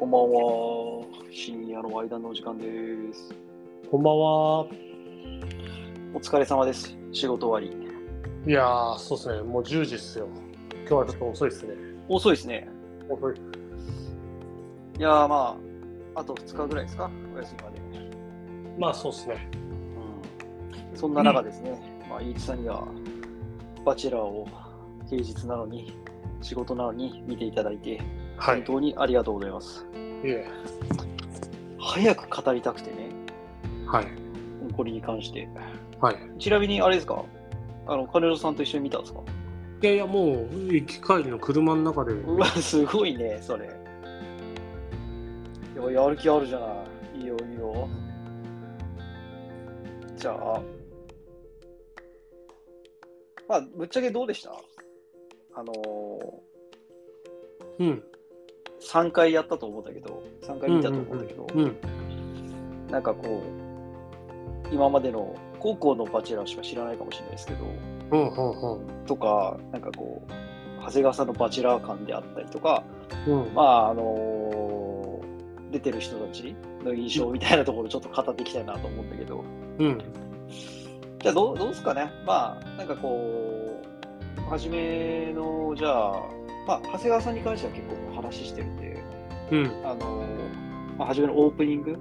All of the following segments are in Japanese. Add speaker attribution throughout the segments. Speaker 1: ばんは。深夜の間のお時間です。
Speaker 2: こんばんは。
Speaker 1: お疲れ様です。仕事終わり。
Speaker 2: いやー、そうですね。もう10時っすよ。今日はちょっと遅いっすね。
Speaker 1: 遅いですね。
Speaker 2: 遅い。
Speaker 1: いやーまあ、あと2日ぐらいですか、お休みまで。
Speaker 2: まあそうっすね。
Speaker 1: うん、そんな中ですね、まあ、イーチさんには、バチェラーを平日なのに、仕事なのに見ていただいて、
Speaker 2: は
Speaker 1: 本。当にありがとうございます。
Speaker 2: いえ。
Speaker 1: 早く語りたくてね、
Speaker 2: はい。
Speaker 1: これに関して。
Speaker 2: はい。
Speaker 1: ちなみに、あれですかあの、金戸さんと一緒に見たんですか
Speaker 2: いやいや、もう、行き帰りの車の中で。
Speaker 1: うわ、すごいね、それ。いや、やる気あるじゃない。いいよ、いいよ。じゃあ、まあ、ぶっちゃけどうでしたあの
Speaker 2: うん。
Speaker 1: ー、3回やったと思うんだけど、3回見たと思うんだけど、
Speaker 2: うん。
Speaker 1: なんかこう、今までの高校のバチェラーしか知らないかもしれないですけど、
Speaker 2: うん。うん。
Speaker 1: とか、なんかこう、長谷川さんのバチェラー感であったりとか、
Speaker 2: うん。うん。
Speaker 1: まああの出てる人たちの印象みたいなところちょっと語っていきたいなと思うんだけど、
Speaker 2: うん。
Speaker 1: じゃあどうどうですかね、まあなんかこう、初めの、じゃあ、まあ、長谷川さんに関しては結構お話ししてるんで、
Speaker 2: うん。
Speaker 1: あのまあ、初めのオープニング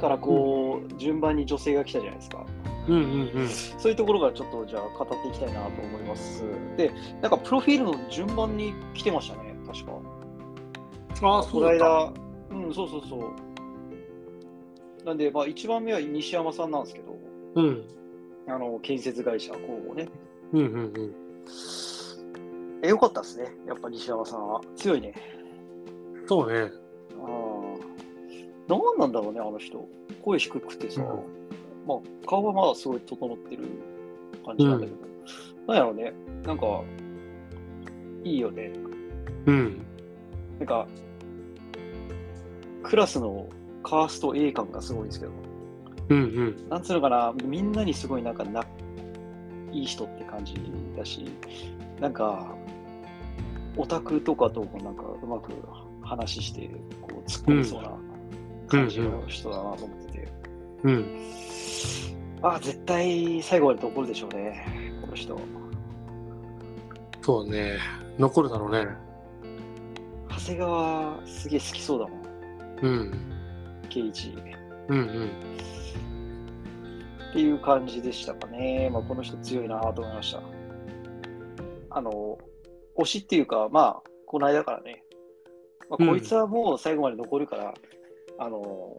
Speaker 1: からこう、順番に女性が来たじゃないですか。
Speaker 2: うん。うん。
Speaker 1: そういうところがちょっとじゃあ語っていきたいなと思います。で、なんかプロフィールの順番に来てましたね、確か。
Speaker 2: ああ、
Speaker 1: こ
Speaker 2: そう
Speaker 1: の
Speaker 2: だった。
Speaker 1: 間、うん、そうそうそう。なんで、まあ、一番目は西山さんなんですけど、
Speaker 2: うん。
Speaker 1: あの建設会社、工房ね。
Speaker 2: うん。うん。
Speaker 1: え、よかったですね、やっぱ西山さんは。強いね。
Speaker 2: うん。そうね。
Speaker 1: ああ。なんなんだろうね、あの人。声低くてさ、
Speaker 2: うん
Speaker 1: まあ、顔はまだすごい整ってる感じなんだけど、なんやろうね、なんか、いいよね。
Speaker 2: うん。
Speaker 1: なんか、クラスのカースト A 感がすごいんですけど。
Speaker 2: うん。うん。
Speaker 1: なんつうのかな、みんなにすごいなんかな、いい人って感じだし、なんか、オタクとかともなんかうまく話して、こう、突っ込みそうな感じの人だなと思ってて、
Speaker 2: うん。
Speaker 1: あ、絶対最後まで残るでしょうね、この人。
Speaker 2: そうね。残るだろうね。
Speaker 1: 長谷川、すげえ好きそうだもん、
Speaker 2: うん。
Speaker 1: 圭一。
Speaker 2: うん。うん。
Speaker 1: っていう感じでしたかね。まあ、この人強いなと思いました。あの、推しっていうか、まあ、この間からね、まあ、
Speaker 2: うん
Speaker 1: こいつはもう最後まで残るから、あの、も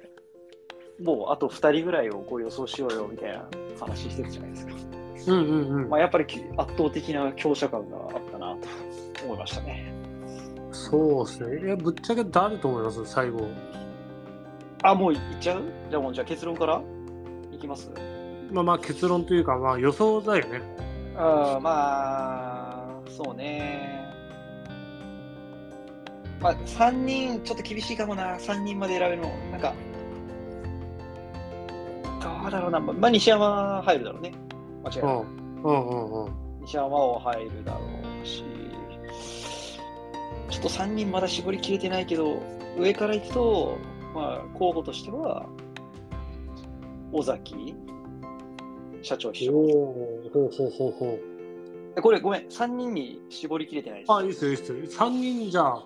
Speaker 1: うあと2人ぐらいをこう予想しようよみたいな話してたじゃないですか。
Speaker 2: うん。うん。うん
Speaker 1: ま。あ、やっぱりき圧倒的な強者感があったなと思いましたね。
Speaker 2: そうですね。いや、ぶっちゃけ誰と思います最後。
Speaker 1: あ、もういっちゃうじゃあもう、じゃあ結論からいきます
Speaker 2: まあまあ結論というか、まあ予想だよね。
Speaker 1: うん、まあ、そうね。まあ、3人、ちょっと厳しいかもな、3人まで選べるの。なんか、どうだろうな、まあまあ、西山入るだろうね。間違いうない。
Speaker 2: ん。うんうんうん。
Speaker 1: 西山を入るだろうし、ちょっと3人まだ絞りきれてないけど、上から行くと、まあ、候補としては、尾崎社長秘書。
Speaker 2: おーほうほうほうほ
Speaker 1: これごめん、3人に絞りきれてないです。
Speaker 2: う。あ、いいっすよ、いいっすよ。3人じゃあ、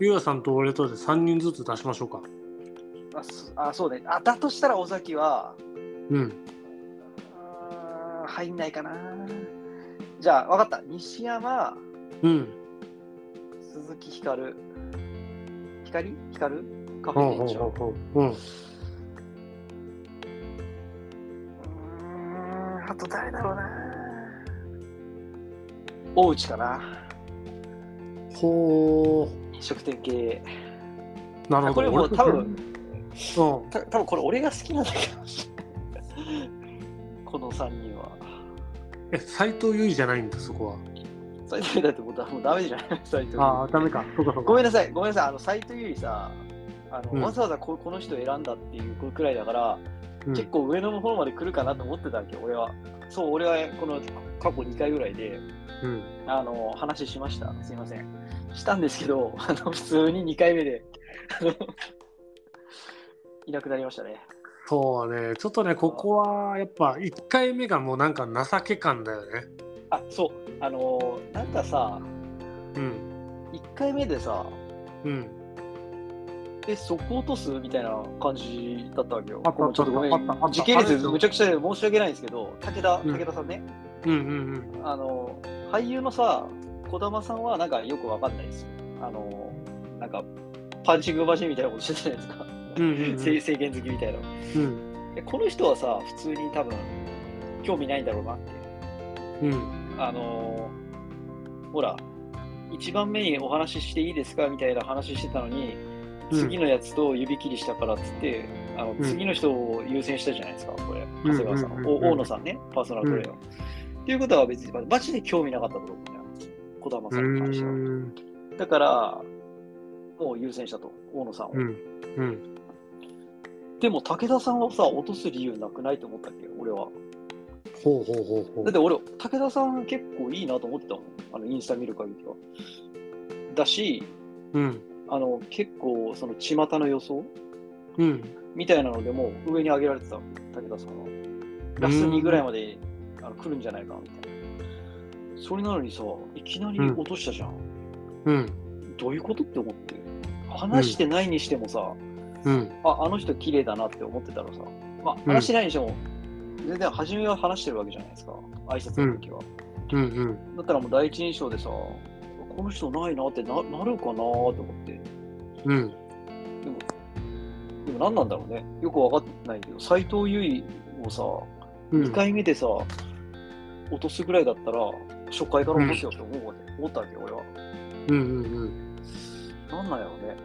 Speaker 2: ゆうやさんと俺とで3人ずつ出しましょうか。
Speaker 1: あそあそうね。あだとしたら尾崎は
Speaker 2: うん。
Speaker 1: うーん入んないかな。じゃあ分かった。西山、
Speaker 2: うん。
Speaker 1: 鈴木ひかる。ひかりひかるカフ
Speaker 2: ほう
Speaker 1: ェ
Speaker 2: ほう
Speaker 1: 店長。う
Speaker 2: ほうほう。うん。
Speaker 1: ーんあと誰だろうな。大内かな。
Speaker 2: ほ
Speaker 1: 飲食店系。
Speaker 2: う。なるほど。
Speaker 1: これもう
Speaker 2: 俺
Speaker 1: 多分、
Speaker 2: うん。
Speaker 1: た多分これ俺が好きなんだけど。この3人は。
Speaker 2: え、斎藤由衣じゃないんだ、そこ
Speaker 1: 斎藤だってもうだもうダ メじゃない斎藤
Speaker 2: は。ああ、ダメか。そうかそうか。
Speaker 1: ごめん
Speaker 2: ん。
Speaker 1: なさい、ごめんなさい、あの斎藤優里さ、あの
Speaker 2: うん
Speaker 1: わざわざここの人選んだっていうくらいだから、結構上の方まで来るかなと思ってたわけよ、俺は。そう、俺はこの過去2回ぐらいで、
Speaker 2: うん。
Speaker 1: あの話しました、すいません。したんですけど、あの普通に2回目で、いなくなりましたね。
Speaker 2: そうね、ちょっとね、ここはやっぱ1回目がもうなんか情け感だよね。
Speaker 1: あ、そう、あのーなんかさ、
Speaker 2: うん。
Speaker 1: 1回目でさ、
Speaker 2: うん。
Speaker 1: え、そこ落とすみたいな感じだったわけよ。
Speaker 2: あった
Speaker 1: ごめんちょっとごめ
Speaker 2: あったあった
Speaker 1: ん。時系列
Speaker 2: あれ
Speaker 1: むちゃくちゃで申し訳ないんですけど、武田、
Speaker 2: うん
Speaker 1: 武田さんね、
Speaker 2: うんうん
Speaker 1: あのー俳優のさ、児玉さんはなんかよくわかんないですよ。あのーなんか、パンチングマシンみたいなことしてたじゃないですか。
Speaker 2: うん。うんうん
Speaker 1: 制制限好きみたいな。
Speaker 2: うん。
Speaker 1: でこの人はさ、普通に多分、興味ないんだろうなって。
Speaker 2: うん。うん。
Speaker 1: あのーほら、1番目にお話ししていいですかみたいな話してたのに、
Speaker 2: うん
Speaker 1: 次のやつと指切りしたからっつって、あの
Speaker 2: うん
Speaker 1: 次の人を優先したじゃないですか、これ、
Speaker 2: うん
Speaker 1: 長谷川さん、
Speaker 2: うん
Speaker 1: お大野さんね、パーソナルトレーナー。っていうことは別に、マジで興味なかったと思うんだよ、児玉
Speaker 2: う
Speaker 1: さんに関しては。
Speaker 2: ん。
Speaker 1: だから、もう優先したと、大野さんを。
Speaker 2: うん。
Speaker 1: でも、武田さんはさ、落とす理由なくないと思ったっけ、俺は。
Speaker 2: ほうほうほうほう
Speaker 1: だっ。て俺、武田さん結構いいなと思ってたもん。あの、インスタ見る限りは。だし、
Speaker 2: うん。
Speaker 1: あの、結構、その、巷の予想
Speaker 2: うん。
Speaker 1: みたいなのでも、上に上げられてたの武田さんは。ラス2ぐらいまであの来るんじゃないか、みたいな。それなのにさ、いきなり
Speaker 2: うん
Speaker 1: 落としたじゃん。
Speaker 2: うん。
Speaker 1: どういうことって思って。話してないにしてもさ、
Speaker 2: うん。
Speaker 1: あ、あの人綺麗だなって思ってたらさ、まあ、話してないにしても、全然初めは話してるわけじゃないですか。挨拶の時は。
Speaker 2: うん。うん。
Speaker 1: だったらもう第一印象でさ、この人ないなってななるかなと思って。
Speaker 2: うん。
Speaker 1: でも何なんだろうね。よくわかんないけど、斎藤優衣をさ、
Speaker 2: うん
Speaker 1: 2。回目でさ、落とすぐらいだったら、初回から落とすよって思うわけ、思ったわけよ、俺は。
Speaker 2: うん。うん。
Speaker 1: なんなんやろうね。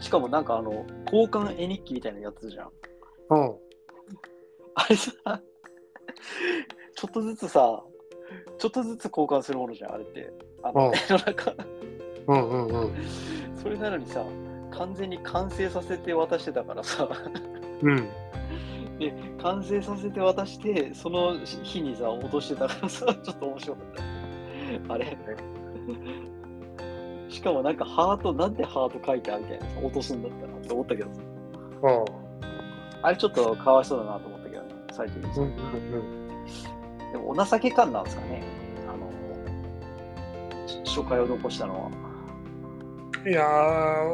Speaker 1: しかもなんかあの、交換絵日記みたいなやつじゃん。
Speaker 2: うん。
Speaker 1: あれさ、ちょっとずつさ、ちょっとずつ交換するものじゃん、あれって。あの、
Speaker 2: うん
Speaker 1: 絵の中。
Speaker 2: うん。うん。うん。
Speaker 1: それなのにさ、完全に完成させて渡してたからさ、
Speaker 2: うん。
Speaker 1: 完成させて渡して、その日にさ、落としてたからさ、 ちょっと面白かった。あれしかもなんかハート、なんでハート書いてあるみたいなさ、落とすんだったらって思ったけどさ、あれちょっとかわいそうだなと思ったけどね、最初にさ。
Speaker 2: うん。
Speaker 1: でもお情け感なんですかね、あの、し初回を残したのは。
Speaker 2: いや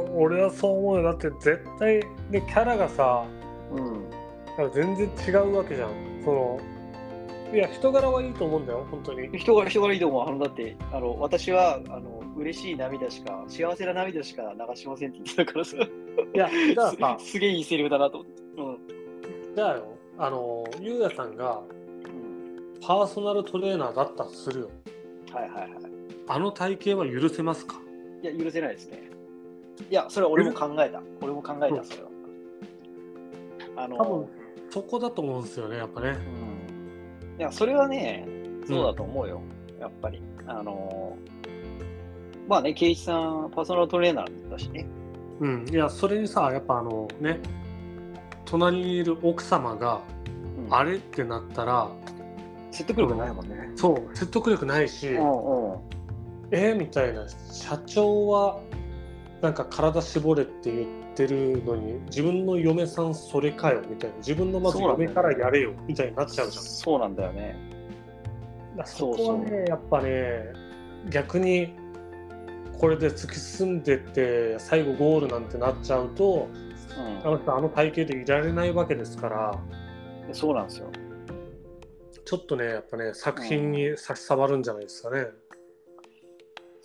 Speaker 2: ー、俺はそう思うよ。だって絶対、で、キャラがさ、
Speaker 1: うん、
Speaker 2: 全然違うわけじゃん。その、いや、人柄はいいと思うんだよ、本当に。
Speaker 1: 人が人がいいと思う。あのだってあの私はあの嬉しい涙しか幸せな涙しか流しませんって言ってたからさ。、
Speaker 2: いや、じゃあさ
Speaker 1: すすげえいいセリフだなと思って。う
Speaker 2: じゃあよ、あの、ゆうやさんが
Speaker 1: ん。
Speaker 2: パーソナルトレーナーだったとするよ。
Speaker 1: うん、はいはいは
Speaker 2: あの体型は許せますか
Speaker 1: い。いや許せないですね。いやそれは俺も考えた。俺も考え
Speaker 2: う
Speaker 1: た
Speaker 2: ん
Speaker 1: それは。あ
Speaker 2: 多
Speaker 1: の
Speaker 2: 分、そこだと思うんですよね、やっぱね。
Speaker 1: うん。いやそれはねそうだと思うよ。やっぱりあのまあね圭一さんパーソナルトレーナーだしね。
Speaker 2: うん。いや、それにさ、やっぱあの、ね、隣にいる奥様が、
Speaker 1: うん、
Speaker 2: あれってなったら、
Speaker 1: 説得力ないもんね。
Speaker 2: そう、説得力ないし、
Speaker 1: うんうん。
Speaker 2: えーみたいな社長はなんか体絞れって言ってるのに自分の嫁さんそれかよみたいな自分のまず
Speaker 1: そうなんだ
Speaker 2: 嫁
Speaker 1: よね
Speaker 2: からやれよみたいになっちゃうじゃん
Speaker 1: そうなんだよね。
Speaker 2: だからそこはね
Speaker 1: そう
Speaker 2: やっぱね逆にこれで突き進んでって最後ゴールなんてなっちゃうとあの人あの体型でいられないわけですから
Speaker 1: うん、そうなんですよ。
Speaker 2: ちょっとねやっぱね作品に差し障るんじゃないですかね。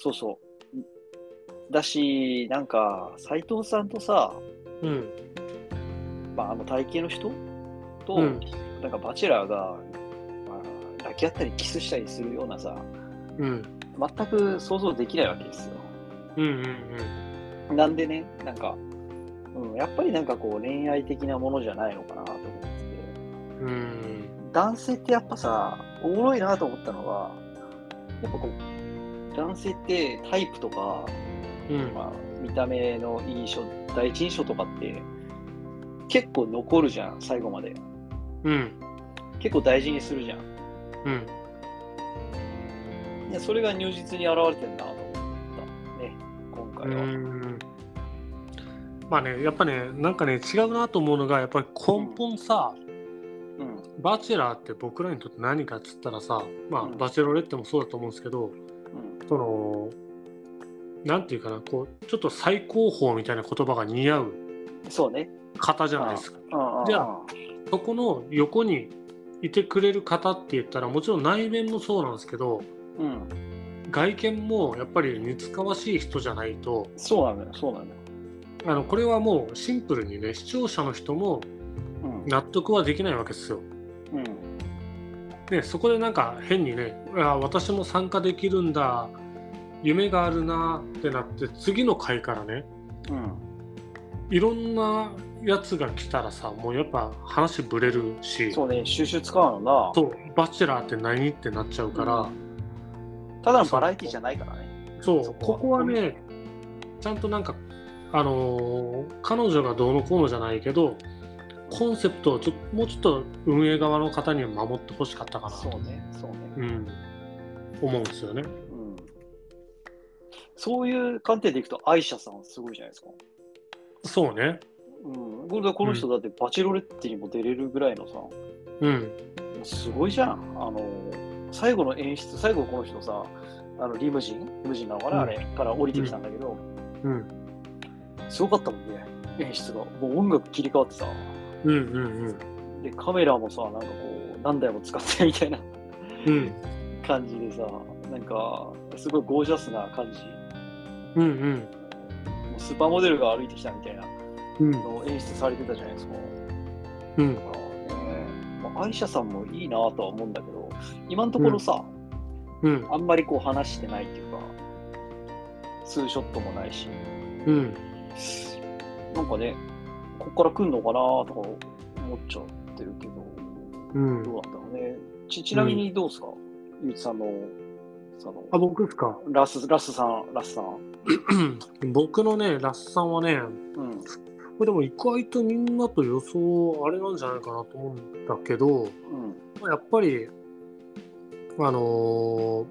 Speaker 1: そうそう。だし、なんか、斎藤さんとさ、
Speaker 2: うん、
Speaker 1: まあ、あの体型の人と、
Speaker 2: うん
Speaker 1: なんかバチェラーが、まあ、抱き合ったりキスしたりするようなさ、
Speaker 2: うん、
Speaker 1: 全く想像できないわけですよ。
Speaker 2: うん、うん、
Speaker 1: なんでね、なんか、うん、やっぱりなんかこう恋愛的なものじゃないのかなと思ってて、
Speaker 2: うん、うん、
Speaker 1: 男性ってやっぱさ、おもろいなと思ったのは、やっぱこう、男性ってタイプとか、
Speaker 2: うん、
Speaker 1: まあ、見た目の印象第一印象とかって結構残るじゃん最後まで
Speaker 2: うん、
Speaker 1: 結構大事にするじゃん
Speaker 2: うん。
Speaker 1: いやそれが如実に現れてんなと思ったね今
Speaker 2: う
Speaker 1: 回は、
Speaker 2: んまあねやっぱねなんかね違うなと思うのがやっぱり根本さ、
Speaker 1: うん
Speaker 2: バチェラーって僕らにとって何かっつったらさまあ、
Speaker 1: うん
Speaker 2: バチェロレッテもそうだと思うんですけどそのなんていうかなこうちょっと最高峰みたいな言葉が似合う
Speaker 1: うん、そうね。
Speaker 2: 方じゃないですか
Speaker 1: うんうん
Speaker 2: じゃあそこの横にいてくれる方って言ったらもちろん内面もそうなんですけど
Speaker 1: うん、
Speaker 2: 外見もやっぱり似つかわしい人じゃないと
Speaker 1: そうなのよ、そうなのよ。
Speaker 2: あのこれはもうシンプルにね視聴者の人も
Speaker 1: うん
Speaker 2: 納得はできないわけですよ。
Speaker 1: うん
Speaker 2: ね、そこでなんか変にね「あ私も参加できるんだ夢があるな」ってなって次の回からね
Speaker 1: うん、
Speaker 2: いろんなやつが来たらさもうやっぱ話ぶれるし
Speaker 1: そうね、収集使うの
Speaker 2: そうバチェラーって何?」ってなっちゃうから、
Speaker 1: な。ただのバラエティじゃないからね。
Speaker 2: そう
Speaker 1: そこ
Speaker 2: こ
Speaker 1: は
Speaker 2: こはねちゃんとなんかあのー彼女がどうのこうのじゃないけどコンセプトをちょもうちょっと運営側の方には守ってほしかったかな
Speaker 1: そうね、そうね。
Speaker 2: うん、思うんですよね。
Speaker 1: うん、そういう観点でいくと、アイシャさんすごいじゃないですか。
Speaker 2: そうね、
Speaker 1: うん、これこの人だってバチェロレッテにも出れるぐらいのさ、
Speaker 2: うん、
Speaker 1: すごいじゃん。あの、最後の演出、最後この人さ、あのリムジンリムジンなのかな、
Speaker 2: うん
Speaker 1: あれから降りてきたんだけど、
Speaker 2: うん、
Speaker 1: すごかったもんね、演出が。もう音楽切り替わってさ、
Speaker 2: うん、うん、
Speaker 1: で、カメラもさ、なんかこう、何台も使ってみたいな
Speaker 2: うん、うん、
Speaker 1: 感じでさ、なんか、すごいゴージャスな感じ。
Speaker 2: うん、うん、
Speaker 1: もうスーパーモデルが歩いてきたみたいな
Speaker 2: うん、
Speaker 1: のを演出されてたじゃないですか。
Speaker 2: うん、
Speaker 1: だからね、まあ、アイシャさんもいいなとは思うんだけど、今のところさ、
Speaker 2: うん、
Speaker 1: あんまりこう話してないっていうか、ツーショットもないし、
Speaker 2: うん、
Speaker 1: なんかね、こっから来るのかなとか思っちゃってるけど、
Speaker 2: うん
Speaker 1: どうなんだろうね。ちちなみにどうですか、ゆうちさんの、その、
Speaker 2: あ、僕ですか。
Speaker 1: ラス、ラスさん、ラスさん。
Speaker 2: 僕のね、ラスさんはね、
Speaker 1: うん。
Speaker 2: これでも意外とみんなと予想あれなんじゃないかなと思うんだけど、
Speaker 1: うん。
Speaker 2: まあやっぱり、あの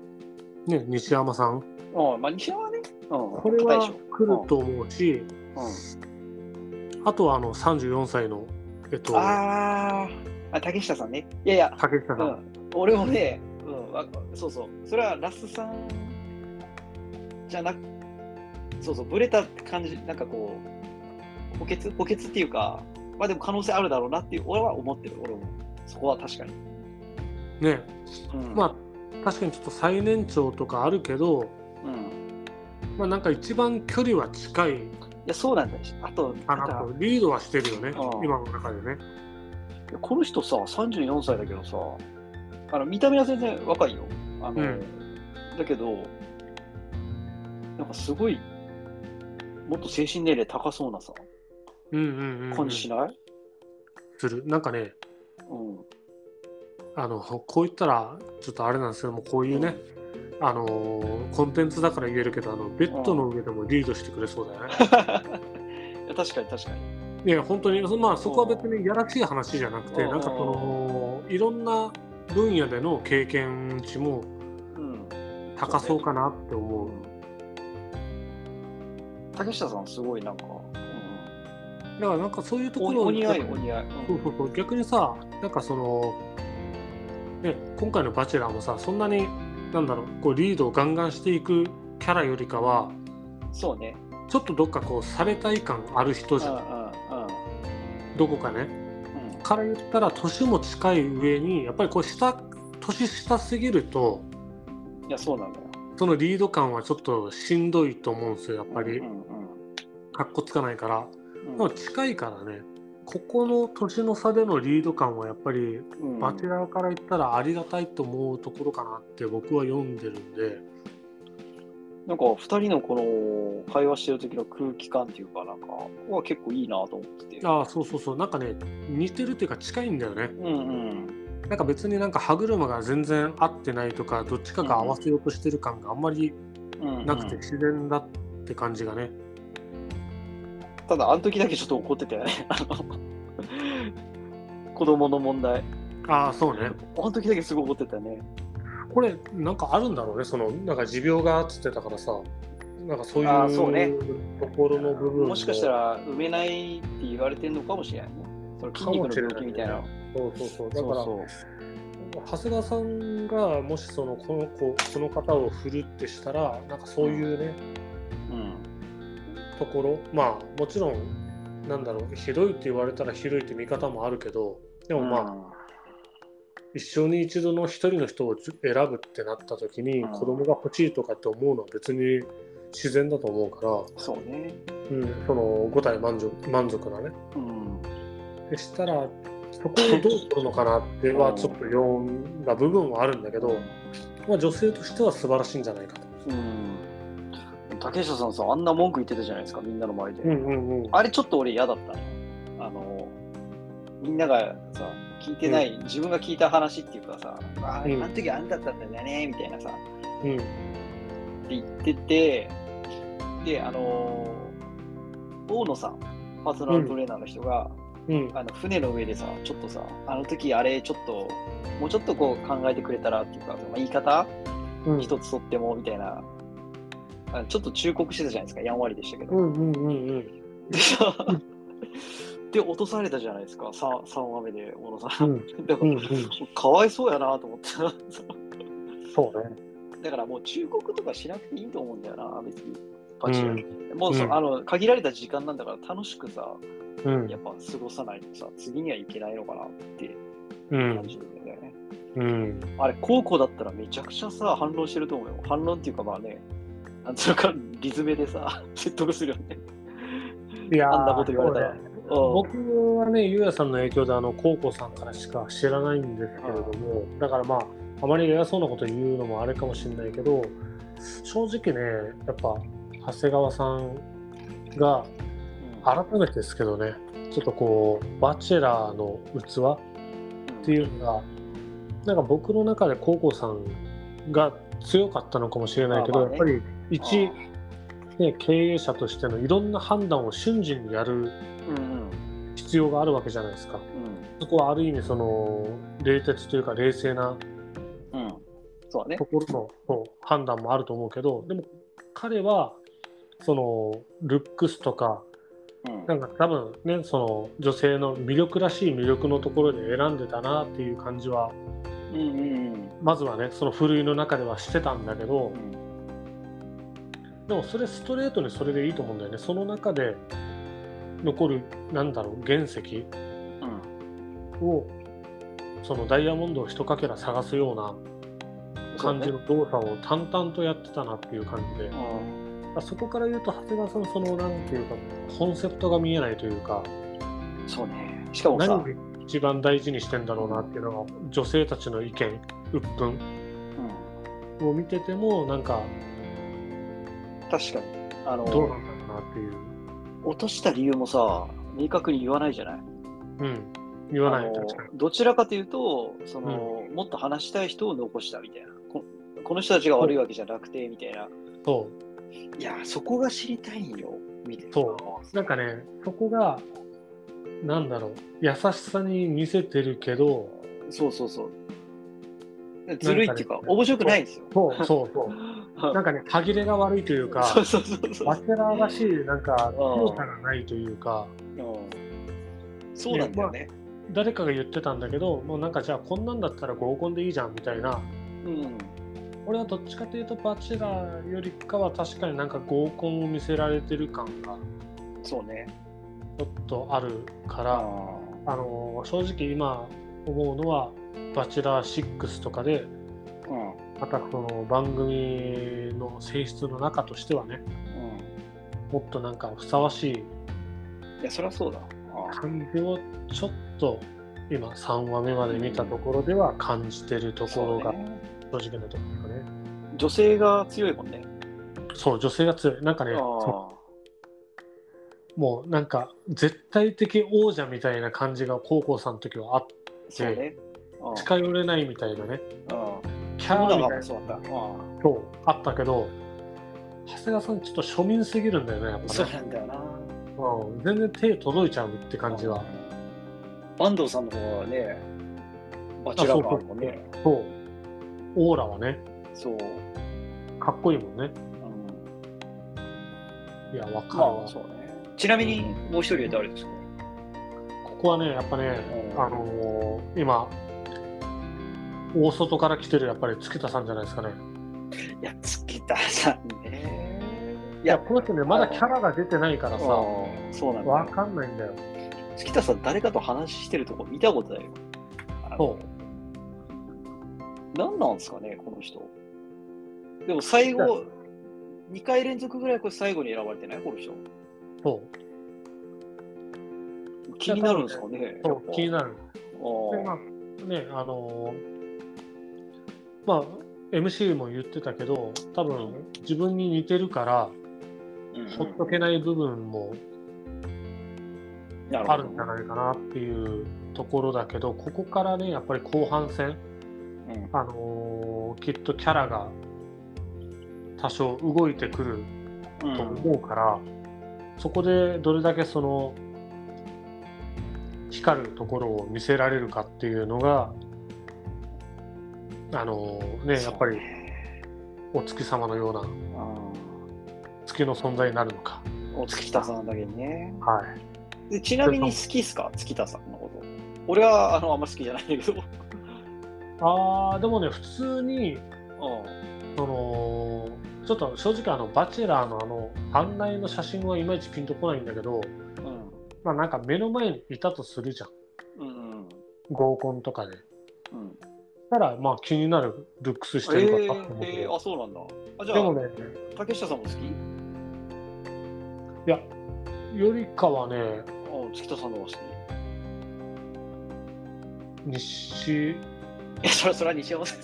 Speaker 2: ーね、西山さん、
Speaker 1: ああ、まあ、西山はね、うん。
Speaker 2: これ
Speaker 1: 硬いで
Speaker 2: は
Speaker 1: し
Speaker 2: 来ると思うし、
Speaker 1: ょ
Speaker 2: あとはあの34歳の、えっ
Speaker 1: う
Speaker 2: と
Speaker 1: ん。、あーあ、竹下さんね。いやいや、
Speaker 2: 竹下さ。
Speaker 1: うんん、俺もね、うんわ、そうそう、それはラスさんじゃなく、そうそう、ブレた感じ、なんかこう、補欠補欠っていうか、まあでも可能性あるだろうなっていう、俺は思ってる、俺も。そこは確かに。
Speaker 2: ね、
Speaker 1: うん、
Speaker 2: まあ、確かにちょっと最年長とかあるけど、
Speaker 1: うん。
Speaker 2: まあ、なんか一番距離は近い
Speaker 1: いや、そうなんだよ。あと、
Speaker 2: か
Speaker 1: なん
Speaker 2: な
Speaker 1: か
Speaker 2: と、リードはしてるよね、
Speaker 1: うん
Speaker 2: 今の中でね。
Speaker 1: いやこの人さ、34歳だけどさ、あの見た目は全然若いよ。あの
Speaker 2: うん
Speaker 1: だけど、なんかすごい、もっと精神年齢高そうなさ、
Speaker 2: うんうんうん、う
Speaker 1: 感
Speaker 2: ん。
Speaker 1: じし
Speaker 2: す
Speaker 1: ない、
Speaker 2: る。なんかね、
Speaker 1: うん
Speaker 2: あのこう言ったら、ちょっとあれなんですけども、こういうね、あのーコンテンツだから言えるけど、あのベッドの上でもリードしてくれそうだよね。
Speaker 1: いや確かに確かに。
Speaker 2: いや、本当に、そまあ、そこは別にやらしい話じゃなくて、
Speaker 1: うん
Speaker 2: なんかその、いろんな分野での経験値も
Speaker 1: うん。
Speaker 2: 高そうかなって思う。
Speaker 1: 竹下さんすごいなんか、うん
Speaker 2: だからなんかそういうところ
Speaker 1: おお似合い
Speaker 2: やっぱ
Speaker 1: お似合い。
Speaker 2: そうそうそう逆にさなんかその、ね、今回の「バチェラー」もさそんなになんだろうこうリードをガンガンしていくキャラよりかは
Speaker 1: うんそうね。
Speaker 2: ちょっとどっかこうされたい感ある人
Speaker 1: うん
Speaker 2: じ
Speaker 1: うん
Speaker 2: ゃんどこかね
Speaker 1: うん
Speaker 2: から言ったら年も近い上にやっぱりこう下年下すぎると
Speaker 1: うん。いやそうなんだよ。
Speaker 2: そのリード感はちょっとしんどいと思うんですよやっぱり
Speaker 1: うんうん
Speaker 2: かっこつかないから
Speaker 1: う
Speaker 2: で
Speaker 1: ん
Speaker 2: も近いからねここの年の差でのリード感はやっぱり
Speaker 1: うん
Speaker 2: バチェラーから言ったらありがたいと思うところかなって僕は読んでるんで、
Speaker 1: なんか二人のこの会話してる時の空気感っていうかなんかは結構いいなと思ってて。
Speaker 2: ああそうそうそうなんかね似てるっていうか近いんだよね
Speaker 1: うんうん。
Speaker 2: なんか別になんか歯車が全然合ってないとかどっちかが合わせようとしてる感があんまり
Speaker 1: うんうん
Speaker 2: なくて自然だって感じがね、
Speaker 1: ただあの時だけちょっと怒ってた よね。あの子供の問題。
Speaker 2: ああそうね
Speaker 1: あの時だけすごい怒ってたよね。
Speaker 2: これなんかあるんだろうねそのなんか持病がっつってたからさ
Speaker 1: う
Speaker 2: なんかそう
Speaker 1: あーそうね
Speaker 2: いうところの部分
Speaker 1: もしかしたら埋めないって言われてるのかもしれないね。それ筋肉の病気みたいな。
Speaker 2: そうそうそうだ
Speaker 1: そ
Speaker 2: か
Speaker 1: う
Speaker 2: ら
Speaker 1: そう。
Speaker 2: 長谷川さんがもしそのこの子この方を振るってしたらなんかそういうね、
Speaker 1: うん。
Speaker 2: ところまあもちろんなんだろうひどいって言われたらひどいって見方もあるけどでもまあ、一生に一度の一人の人を選ぶってなった時に、
Speaker 1: うん
Speaker 2: 子供が欲しいとかって思うのは別に自然だと思うか
Speaker 1: うん、そうね。
Speaker 2: ら、うん、その五体満足満足なね
Speaker 1: うん。
Speaker 2: でしたらそこをどう取るのかなっては
Speaker 1: うん
Speaker 2: ちょっと読んだ部分はあるんだけど、まあ、女性としては素晴らしいんじゃないかと。
Speaker 1: うん。竹下さんさ、あんな文句言ってたじゃないですか、みんなの前で。
Speaker 2: うんうんうん、
Speaker 1: あれちょっと俺嫌だったね。あの、みんながさ、聞いてない、自分が聞いた話っていうかさ、あ
Speaker 2: うん
Speaker 1: ーあの時あんだったんだよね、みたいなさ、っ
Speaker 2: うん
Speaker 1: て言ってて、で、あの、大野さん、パーソナルトレーナーの人が、
Speaker 2: うん
Speaker 1: あの船の上でさ、ちょっとさ、あの時あれちょっと、もうちょっとこう考えてくれたらっていうか、まあ、言い方
Speaker 2: うん
Speaker 1: 一つとってもみたいな、あちょっと忠告してたじゃないですか、やんわりでしたけど。
Speaker 2: うんうんうんうん
Speaker 1: でさ、 で、落とされたじゃないですか、3, 三話目で、小野さ。
Speaker 2: うんん
Speaker 1: だから、
Speaker 2: うんうん
Speaker 1: かわいそうやなと思って さ
Speaker 2: そうね
Speaker 1: だからもう忠告とかしなくていいと思うんだよな、別に。バチ
Speaker 2: う
Speaker 1: もうそ、
Speaker 2: うん
Speaker 1: あの限られた時間なんだから楽しくさ、
Speaker 2: うん
Speaker 1: やっぱ過ごさないとさ、次にはいけないのかなって
Speaker 2: う
Speaker 1: 感
Speaker 2: ん
Speaker 1: じるんだよね。
Speaker 2: うん
Speaker 1: あれ、高校だったらめちゃくちゃさ、反論してると思うよ。反論っていうかまあね、なんつうのか、リズムでさ、 説得するよね。
Speaker 2: いやー
Speaker 1: あんなこと言われたら
Speaker 2: そうね
Speaker 1: うん
Speaker 2: 僕はねゆうやさんの影響であのコウコさんからしか知らないんですけれどもだからまああまり偉そうなこと言うのもあれかもしれないけど正直ねやっぱ長谷川さんが改めてですけどねちょっとこう「バチェラー」の器っていうのがなんか僕の中で高校さんが強かったのかもしれないけど、
Speaker 1: あまあね
Speaker 2: やっぱり一、
Speaker 1: あ
Speaker 2: ね、経営者としてのいろんな判断を瞬時にやる
Speaker 1: うんうん
Speaker 2: 必要があるわけじゃないですかそこはある意味その冷徹というか冷静な
Speaker 1: うんうんそうだね
Speaker 2: と。ころのそう判断もあると思うけどでも彼はそのルックスとか
Speaker 1: うん
Speaker 2: なんか多分ねその女性の魅力らしい魅力のところで選んでたなっていう感じは
Speaker 1: うんうん
Speaker 2: まずはねそのふるいの中ではしてたんだけど
Speaker 1: うん
Speaker 2: でもそれストレートにそれでいいと思うんだよねその中で残るなんだろう原石
Speaker 1: うん
Speaker 2: をそのダイヤモンドを一かけら探すような感じの動作を淡々とやってたなっていう感じで
Speaker 1: そうね
Speaker 2: あそこから言うと長谷川さんのそのなんていうかコンセプトが見えないというか
Speaker 1: うんそうね。しかも
Speaker 2: 何
Speaker 1: さ
Speaker 2: を、一番大事にしてんだろうなっていうのが女性たちの意見鬱憤
Speaker 1: うん
Speaker 2: を見ててもなんか
Speaker 1: 確かにあ
Speaker 2: ど
Speaker 1: の
Speaker 2: うなんだろうなっていう、
Speaker 1: 落とした理由もさ明確に言わないじゃない
Speaker 2: うん、言わな
Speaker 1: あ
Speaker 2: い
Speaker 1: の
Speaker 2: 確かに。
Speaker 1: どちらかというとその、もっと話したい人を残したみたいなここの人たちが悪いわけじゃなくてみたいな
Speaker 2: そう
Speaker 1: いやそこが知りたいんよみたいな
Speaker 2: そうなんかねそこがなんだろう優しさに見せてるけど
Speaker 1: そうそうそうずるいっていうか
Speaker 2: なんかね
Speaker 1: 面白くないんですよ
Speaker 2: そうそうそうなんかね歯切れが悪いというか
Speaker 1: そうそうそうそう
Speaker 2: バチェラーらしいなんか強さがないというか
Speaker 1: うんそうなんだよね。
Speaker 2: 誰かが言ってたんだけどもうなんかじゃあこんなんだったら合コンでいいじゃんみたいな
Speaker 1: うん。
Speaker 2: 俺はどっちかというとバチェラーよりかは確かになんか合コンを見せられてる感が
Speaker 1: そうね。
Speaker 2: ちょっとあるか
Speaker 1: あ
Speaker 2: らあのー正直今思うのはバチェラー6とかで
Speaker 1: ーうん。
Speaker 2: またこの番組の性質の中としてはね
Speaker 1: う
Speaker 2: もっとなんかふさわしい
Speaker 1: ん。いや、そりゃそうだ。あ
Speaker 2: 感じをちょっと今3話目まで見たところでは感じてると
Speaker 1: ー
Speaker 2: ころが
Speaker 1: そうね
Speaker 2: 正直なところですかね。
Speaker 1: 女性が強いもんね。
Speaker 2: そう女性が強いなんかね
Speaker 1: あ
Speaker 2: そ
Speaker 1: あ。
Speaker 2: うもうなんか絶対的王者みたいな感じが高校さんの時はあっ
Speaker 1: そうね。うん
Speaker 2: 近寄れないみたいなね
Speaker 1: うん。
Speaker 2: キ
Speaker 1: キャ
Speaker 2: ャ
Speaker 1: ラがも
Speaker 2: ラみたいな
Speaker 1: そうだった。うん
Speaker 2: そうあったけど長谷川さんちょっと庶民すぎるんだよねやっぱ
Speaker 1: そう
Speaker 2: ね、
Speaker 1: なんだよな。
Speaker 2: うん、全然手届いちゃうって感じは。
Speaker 1: うん。安藤さんの方はね、バチェラー感あるもんね。
Speaker 2: そうオーラはね
Speaker 1: そう。
Speaker 2: かっこいいもんね
Speaker 1: うん
Speaker 2: いや、わかる
Speaker 1: ま
Speaker 2: わ
Speaker 1: あ、。そうね。ちなみに、もう一人は誰ですか
Speaker 2: ここはね、やっぱね、
Speaker 1: うん
Speaker 2: あのー今、大外から来てるやっぱり月田さんじゃないですかね。
Speaker 1: いや、月田さんね。い
Speaker 2: いや、この人ね、まだキャラが出てないから
Speaker 1: あ
Speaker 2: さ、
Speaker 1: ーそうなんだ
Speaker 2: わ
Speaker 1: よ。
Speaker 2: かんないんだよ。
Speaker 1: 月田さん、誰かと話してるとこ見たことだよ。あの
Speaker 2: そ
Speaker 1: 何なんですかね、この人。でも最後、2回連続ぐらいこれ最後に選ばれてないこの人。
Speaker 2: そう、
Speaker 1: 気になるんですかね。
Speaker 2: そ
Speaker 1: やっぱ
Speaker 2: う気になる。で、
Speaker 1: あ
Speaker 2: まあ、ね、あのーまあ、MC も言ってたけど、多分、自分に似てるから、
Speaker 1: ー
Speaker 2: ほっとけない部分もあるんじゃないかなっていうところだけど、ここからね、やっぱり後半戦、
Speaker 1: うんうん
Speaker 2: あのーきっとキャラが多少動いてくると思うから、そこでどれだけその光るところを見せられるかっていうのがあのーねやっぱりお月様のような
Speaker 1: あ
Speaker 2: 月の存在になるのか、
Speaker 1: ーお月田さんだけにね。
Speaker 2: はい、
Speaker 1: でちなみに好きっすか月田さんのこと。俺はあのあんま好きじゃないんだけど。
Speaker 2: あーでもね普通にそのちょっと正直あの「バチェラー」のあの案内の写真はいまいちピンとこないんだけ
Speaker 1: うん。
Speaker 2: ど、
Speaker 1: うん。
Speaker 2: まあ、なんか目の前にいたとするじゃ
Speaker 1: う
Speaker 2: ん
Speaker 1: んうん。
Speaker 2: 合コンとかで。
Speaker 1: うん、
Speaker 2: たらまあ気になるルックスし
Speaker 1: え
Speaker 2: てるかなと
Speaker 1: ー
Speaker 2: 思っ、て、
Speaker 1: えー、あ、そうなんだ。あじゃあ、
Speaker 2: でもね
Speaker 1: 竹下さんも好き
Speaker 2: いやよりかはね
Speaker 1: あ月田さんの方が好き。
Speaker 2: 西
Speaker 1: え、それそれは西山さん。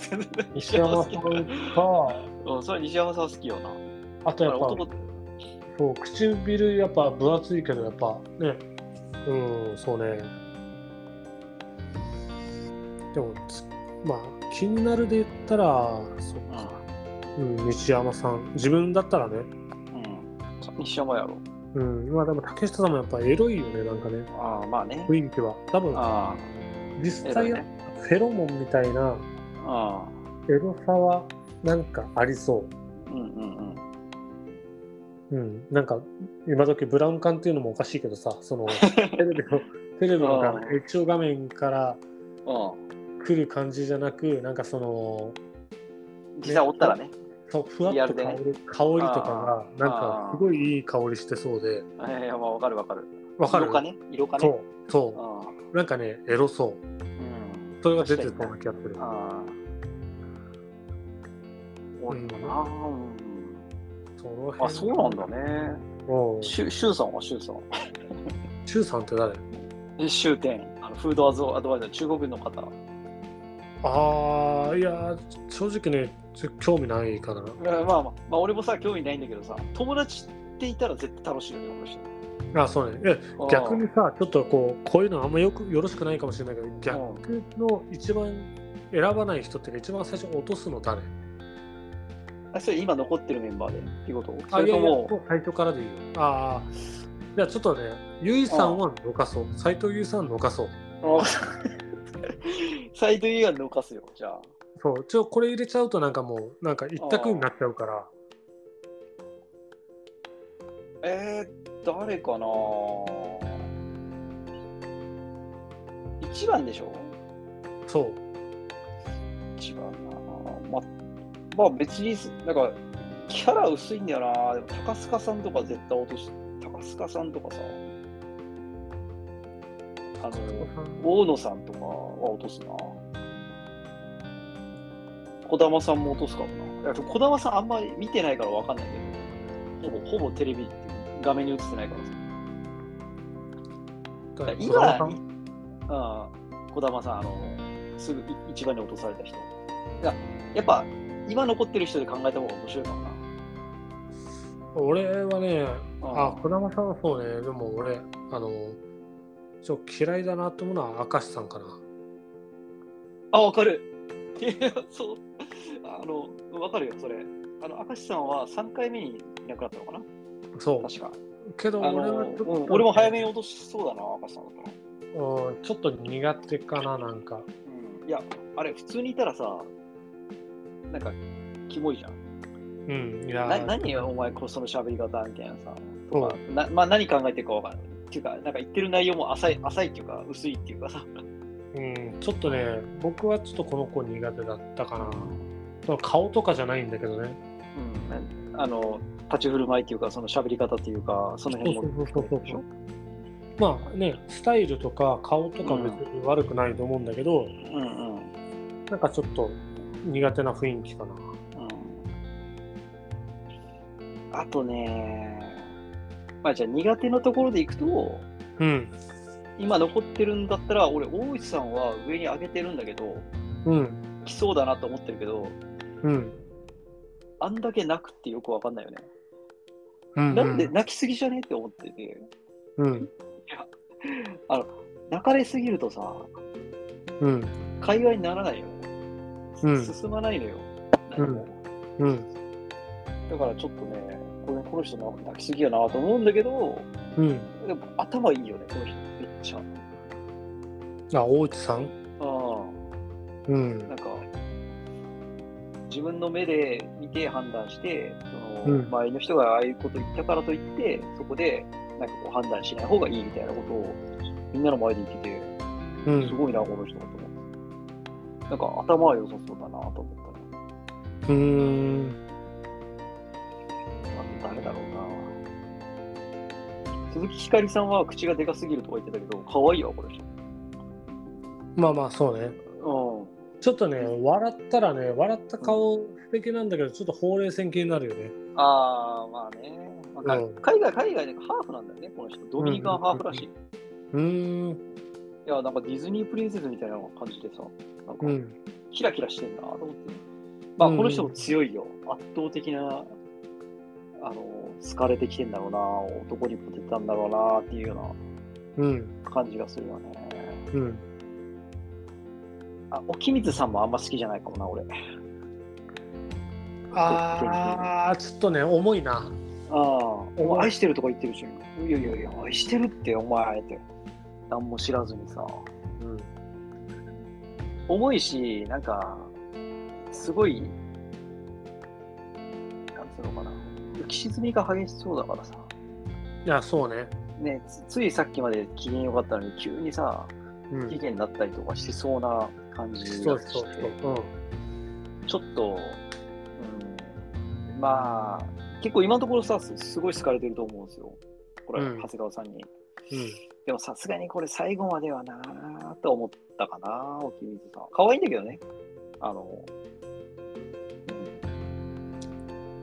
Speaker 2: 西山さん
Speaker 1: 西
Speaker 2: か
Speaker 1: うん、それは西山さん好きよな。
Speaker 2: あとやっぱ
Speaker 1: 男って
Speaker 2: そう唇やっぱ分厚いけどやっぱねうんそうねでもつまあ気になるで言ったらそっか、うん、西山さん自分だったらね
Speaker 1: うん。西山やろ。
Speaker 2: うんまあでも竹下さんもやっぱエロいよねなんかね
Speaker 1: ああ、まあね。
Speaker 2: 雰囲気は多分
Speaker 1: あ
Speaker 2: 実
Speaker 1: あ、い
Speaker 2: 際やっぱ。フェロモンみたいな
Speaker 1: ああ、
Speaker 2: エロさはなんかありそ
Speaker 1: うんうんうん。
Speaker 2: う。うん、なんか今時ブラウン管っていうのもおかしいけどさ、 そのテレビのテレビの画
Speaker 1: あ
Speaker 2: 面
Speaker 1: ー
Speaker 2: 液晶画面から
Speaker 1: う
Speaker 2: 来る感じじゃなく、なんかその
Speaker 1: ん。実際おったらね。
Speaker 2: そうふわっ
Speaker 1: リア
Speaker 2: と
Speaker 1: ルで
Speaker 2: 香
Speaker 1: ね
Speaker 2: り,、香りとかがなんか
Speaker 1: あー
Speaker 2: すごいいい香りしてそうで、
Speaker 1: えー、まあわかるわかる。
Speaker 2: わかる
Speaker 1: 色かね。色か
Speaker 2: そ
Speaker 1: ね。
Speaker 2: うそ
Speaker 1: ああ。
Speaker 2: うなんかねエロそううんそれが出てそうな気がする。
Speaker 1: ああ。多いかな。うん
Speaker 2: その辺
Speaker 1: あ、そうなんだ。ね。
Speaker 2: うん。
Speaker 1: シュシュウさんはシュウさん。
Speaker 2: 中さんって誰？
Speaker 1: え、シュウテン。あのフードアドアドバイザー、中国人の方。
Speaker 2: ああいや正直ねちょ興味ないかな。
Speaker 1: えーまあまあ、まあ、俺もさ、興味ないんだけどさ、友達っていたら絶対楽しいよね、この人。
Speaker 2: あそうね。え逆にさちょっとこうこういうのあんまよくよろしくないかもしれないけど逆の一番選ばない人っていうか一番最初に落とすの誰
Speaker 1: あそれ今残ってるメンバーでっていうことそ
Speaker 2: あい
Speaker 1: れ
Speaker 2: や
Speaker 1: と
Speaker 2: いや
Speaker 1: も
Speaker 2: もう最初からでいいよああいやちょっとねゆいさんは抜かそう斎藤ゆいさんは抜かそう
Speaker 1: あサイド E は抜かすよじゃあ
Speaker 2: そうちょこれ入れちゃうとなんかもうなんか一択になっちゃうから
Speaker 1: えー、誰かな一番でしょ
Speaker 2: そう
Speaker 1: 一番なままあ別になんかキャラ薄いんだよなでも高須賀さんとか絶対落とし高須賀さんとかさあの大野さんとかは落とすな。児玉さんも落とすかもな。いやでも児玉さんあんまり見てないからわかんないけど、ほぼほぼテレビっていう画面に映ってないからさ。だから今
Speaker 2: 児玉さ
Speaker 1: あ
Speaker 2: ん
Speaker 1: あ児玉さん、あの、すぐい一番に落とされた人。いや、やっぱ今残ってる人で考えた方が面白いかもな。
Speaker 2: 俺はね
Speaker 1: あ
Speaker 2: あ児玉さんはそうねでも俺あのちょっと嫌いだなと思うのは明石さんかな
Speaker 1: あ、わかる。 いやそう。あの、わかるよ、それ。あの、明石さんは3回目にいなくなったのかな
Speaker 2: そう
Speaker 1: 確か。
Speaker 2: けど
Speaker 1: あ
Speaker 2: 俺
Speaker 1: の
Speaker 2: はちょっと
Speaker 1: うん俺も早めに落としそうだな、明石さんだったら。
Speaker 2: うんちょっと苦手かな、なんか。
Speaker 1: うんいや、あれ、普通にいたらさ、なんか、キモいじゃん。
Speaker 2: うん、いや
Speaker 1: な
Speaker 2: ー
Speaker 1: 何お前こうその喋り方みたいなさと
Speaker 2: そ
Speaker 1: かな、まあ、何考えてるかわからないっていうかなんか言ってる内容も浅い浅いっていうか薄いっていうかさ
Speaker 2: うん、ちょっとね、僕はちょっとこの子苦手だったかな。その顔とかじゃないんだけどね。
Speaker 1: うん、あの立ち振る舞いっていうか、その喋り方っていうか、その辺も。
Speaker 2: そうそうそうそうまあね、スタイルとか顔とか別に悪くないと思うんだけど、
Speaker 1: うんうんうん。
Speaker 2: なんかちょっと苦手な雰囲気かな。
Speaker 1: あとね、まあじゃあ苦手なところでいくと、
Speaker 2: うん、
Speaker 1: 今残ってるんだったら、俺、大内さんは上に上げてるんだけど、
Speaker 2: うん、
Speaker 1: 来そうだなと思ってるけど、
Speaker 2: うん。
Speaker 1: あんだけ泣くってよくわかんないよね。
Speaker 2: うん
Speaker 1: なんで泣きすぎじゃねって思ってて、
Speaker 2: うん、
Speaker 1: あの、泣かれすぎるとさ、
Speaker 2: うん、
Speaker 1: 会話にならないよ。
Speaker 2: うん
Speaker 1: 進まないのよ。
Speaker 2: うんうん、
Speaker 1: だからちょっとね、これこの人なんか泣きすぎやなと思うんだけど、
Speaker 2: うん。
Speaker 1: でも頭いいよね、この人。めっちゃ。
Speaker 2: あ、大内さん
Speaker 1: あ
Speaker 2: う
Speaker 1: あ、
Speaker 2: ん
Speaker 1: な、んか、自分の目で見て判断して、その
Speaker 2: うん
Speaker 1: 周りの人がああいうこと言ったからといって、そこでなんかこう判断しない方がいいみたいなことを、みんなの前で言って
Speaker 2: う
Speaker 1: て、す
Speaker 2: ん、
Speaker 1: ごいな、この人と思って。なんか頭は良さそうだなと思ったね
Speaker 2: うーん。
Speaker 1: あと誰だろうな。鈴木ひかりさんは口がでかすぎるとか言ってたけど、可愛いわ、この人。
Speaker 2: まあまあ、そうね。
Speaker 1: うん。
Speaker 2: ちょっとね、笑ったらね、笑った顔素敵なんだけど、ちょっとほうれい線気になるよね。
Speaker 1: ああ、まあね。まあか
Speaker 2: うん
Speaker 1: 海外、海外でハーフなんだよね、この人。ドミニカンハーフらしい。
Speaker 2: うーん、
Speaker 1: いや、なんかディズニープリンセスみたいな感じでさ、なんか
Speaker 2: うん、
Speaker 1: キラキラしてんなと思って。まあ、
Speaker 2: うん
Speaker 1: この人も強いよ。圧倒的な、あの、好かれてきてんだろうな、男にモテたんだろうなっていうよ
Speaker 2: うん、
Speaker 1: うな感じがするよね。
Speaker 2: うん。
Speaker 1: あ、沖水さんもあんま好きじゃないかもな、俺。
Speaker 2: あー、ちょっとね、重いな。
Speaker 1: ああ、お前愛してるとか言ってるし。いやいやいや、愛してるって、お前って。何も知らずにさ。
Speaker 2: うん、
Speaker 1: 重いし、なんか、すごい、なんつうのかな、浮き沈みが激しそうだからさ、
Speaker 2: いや、そうね。
Speaker 1: ね、つついさっきまで機嫌良かったのに、急にさ、
Speaker 2: う
Speaker 1: 不機
Speaker 2: ん、
Speaker 1: 嫌になったりとかしそうな感じがして、
Speaker 2: そうそうそう。
Speaker 1: ちょっと、うん、まあ、結構今のところさ、すすごい好かれてると思うんですよ、これ、
Speaker 2: うん
Speaker 1: 長谷川さんに。
Speaker 2: うん、うん。
Speaker 1: でもさすがにこれ最後まではなぁと思ったかな、沖水さん。可愛いんだけどね。あの、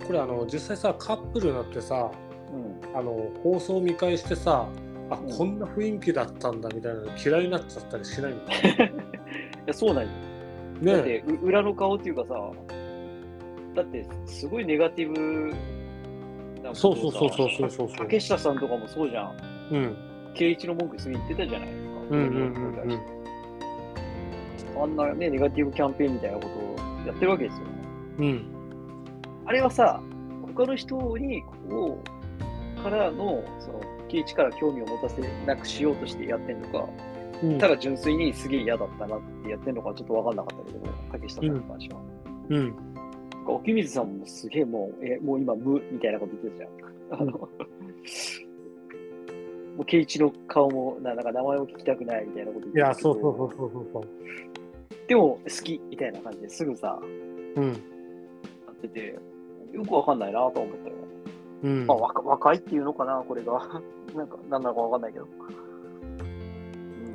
Speaker 2: これあの実際さカップルになってさ
Speaker 1: うん。
Speaker 2: あの放送見返してさあ
Speaker 1: うん
Speaker 2: こんな雰囲気だったんだみたいなの嫌いになっちゃったりしないのね
Speaker 1: いや、そうなんよ。だって、う裏の顔っていうかさ、だって、すごいネガティブなこと
Speaker 2: そ
Speaker 1: を
Speaker 2: う
Speaker 1: さ
Speaker 2: そうそうそうそうそうそう
Speaker 1: 竹下さんとかもそうじゃん。
Speaker 2: うん
Speaker 1: 圭一の文句すぐ言ってたじゃないですか。
Speaker 2: うんうんうんうん
Speaker 1: あんなね、ネガティブキャンペーンみたいなことをやってるわけですよ。
Speaker 2: うん
Speaker 1: あれはさ、他の人に、こう、からの、その、圭一から興味を持たせなくしようとしてやってんのか、
Speaker 2: うん
Speaker 1: ただ純粋にすげえ嫌だったなってやってんのかはちょっとわかんなかったけど、竹下さんに関しては。
Speaker 2: うん
Speaker 1: 沖水さんもすげえもう、え、もう今無みたいなこと言ってたじゃん。あの、 もう、圭一の顔も、ななんか名前を聞きたくないみたいなこと言っ
Speaker 2: い
Speaker 1: てた
Speaker 2: や
Speaker 1: け
Speaker 2: そ
Speaker 1: ど
Speaker 2: うそうそうそうそうそう
Speaker 1: でも、好きみたいな感じですぐさ、
Speaker 2: うん
Speaker 1: なってて、よくわかんないなと思ったよ。
Speaker 2: うん
Speaker 1: まあ、若若いっていうのかな、これが。 なんか、なんなのかわかんないけど。うん。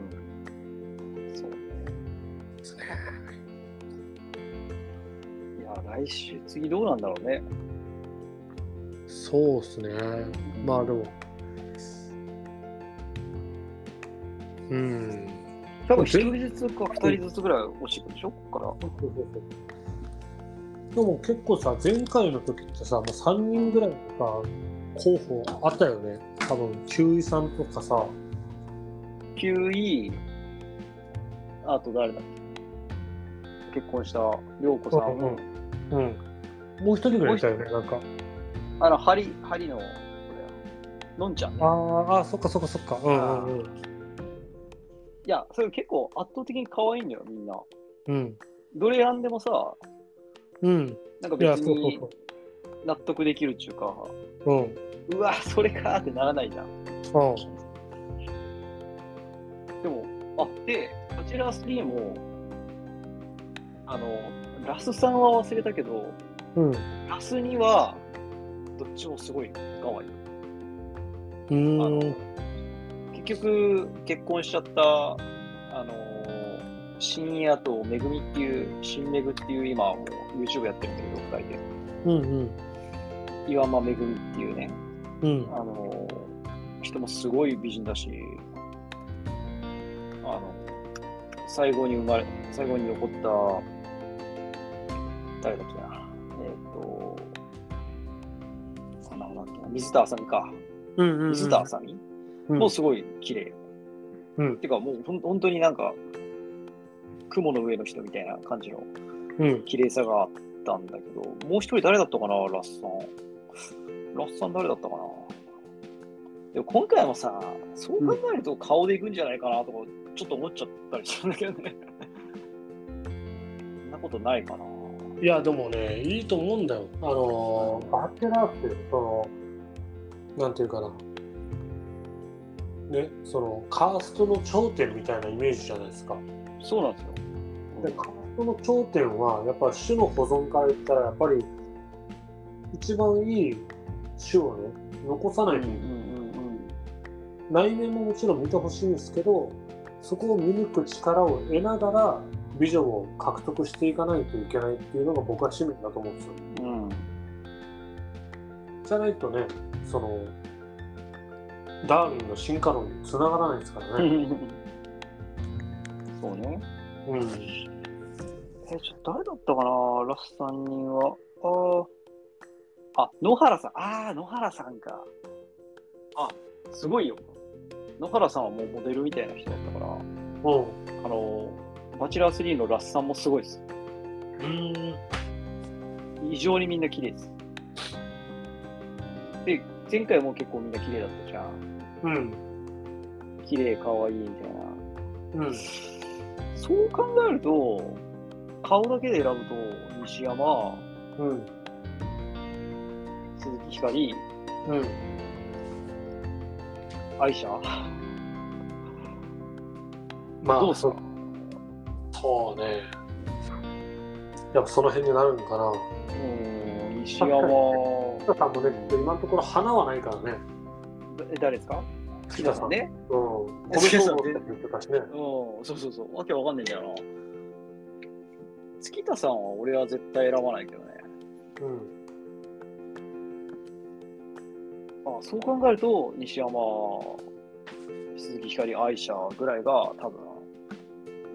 Speaker 1: そうね。いや、来週、次どうなんだろうね。
Speaker 2: そうっすねまあでもうん
Speaker 1: 多分一人ずつか二人ずつぐらい落ちてくるでしょここ
Speaker 2: そうそうそうでも結構さ前回の時ってさもう3人ぐらいとか候補あったよね多分中井さんとかさ
Speaker 1: から。9位、あと誰だっけ結婚した涼子さん、
Speaker 2: うんうんもう一人ぐらいいたよねなんか
Speaker 1: あの、針、針の、これのんちゃんね。
Speaker 2: ああそっかそっかそっかうんうんうん
Speaker 1: いや、それ結構圧倒的に可愛いんだよ、みんな。
Speaker 2: うん
Speaker 1: どれ選んでもさ、
Speaker 2: うん
Speaker 1: なんか
Speaker 2: いや
Speaker 1: 別
Speaker 2: そうそう
Speaker 1: に
Speaker 2: そう
Speaker 1: 納得できるっていうか、
Speaker 2: うん、うん、
Speaker 1: うわ、それかーってならないじゃん。でも、あ、で、バチェラー3も、あの、ラスさんは忘れたけど、
Speaker 2: うん、う
Speaker 1: ラスには、どっちもすごい可愛い。あの
Speaker 2: ーん、
Speaker 1: 結局、結婚しちゃった、あの、深夜とめぐみっていう、新めぐっていう今、もう YouTube やってるんだけど、二人
Speaker 2: うん、うん、
Speaker 1: で、岩間めぐみっていうね、
Speaker 2: うん、
Speaker 1: あの人もすごい美人だし、あの最後に生まれ、最後に残った、誰だっけな、えっ、と、なんだっけな、水田あさみか。
Speaker 2: うん、うん、
Speaker 1: 水田あさみ、
Speaker 2: うん
Speaker 1: もうすごい綺麗。
Speaker 2: うん
Speaker 1: てか、もうほん本当になんか、雲の上の人みたいな感じの
Speaker 2: うん、
Speaker 1: 綺麗さがあったんだけど、もう一人誰だったかな、ラッサン。ラッサン誰だったかな。でも今回もさ、そう考えると顔でいくんじゃないかなとか、ちょっと思っちゃったりしたんだけどね。 そんなことないかな。
Speaker 2: いやでもねいいと思うんだよあのーバッテラーってそのなんていうかなねそのカーストの頂点みたいなイメージじゃないですか
Speaker 1: そうなんですよ。
Speaker 2: でカーストの頂点はやっぱ種の保存から言ったらやっぱり一番いい種をね残さないと、内面ももちろん見てほしいんですけどそこを見抜く力を得ながらビジョンを獲得していかないといけないっていうのが僕は使命だと思うんですよ
Speaker 1: うんうんうん。
Speaker 2: じゃないとね、その、ダーウィンの進化論に繋がらないですから
Speaker 1: う
Speaker 2: ね。
Speaker 1: ん。 そうね。
Speaker 2: うん。
Speaker 1: え、ちょっと誰だったかな、ラスさんには。あーあ、野原さん。ああ、野原さんか。あ、すごいよ。野原さんはもうモデルみたいな人だったから、
Speaker 2: う
Speaker 1: あの、バチェラー3のラスさんもすごいです。
Speaker 2: ん。
Speaker 1: 異常にみんな綺麗です。で、前回も結構みんな綺麗だったじゃん。
Speaker 2: うん。
Speaker 1: 綺麗、可愛いみたいな。
Speaker 2: うん。
Speaker 1: そう考えると、顔だけで選ぶと、西山、
Speaker 2: うん。
Speaker 1: 鈴木ひかり、
Speaker 2: うん。
Speaker 1: アイシャ。
Speaker 2: まあ、
Speaker 1: どうですか
Speaker 2: そうね。やっぱその辺になるのかな。
Speaker 1: うん西山は、
Speaker 2: 木田さんもね、今のところ花はないからね。
Speaker 1: え誰ですか
Speaker 2: 木
Speaker 1: 田
Speaker 2: 田
Speaker 1: さ
Speaker 2: さ
Speaker 1: ん
Speaker 2: ん。
Speaker 1: ね。
Speaker 2: うん。米
Speaker 1: 木田さ
Speaker 2: 総
Speaker 1: ん
Speaker 2: 合って言ってたしね。
Speaker 1: うん、そうそうそう。わけわかんないんだよな。月田さんは俺は絶対選ばないけどね。
Speaker 2: うん。
Speaker 1: あそう考えると、西山、鈴木光、愛車ぐらいが多分、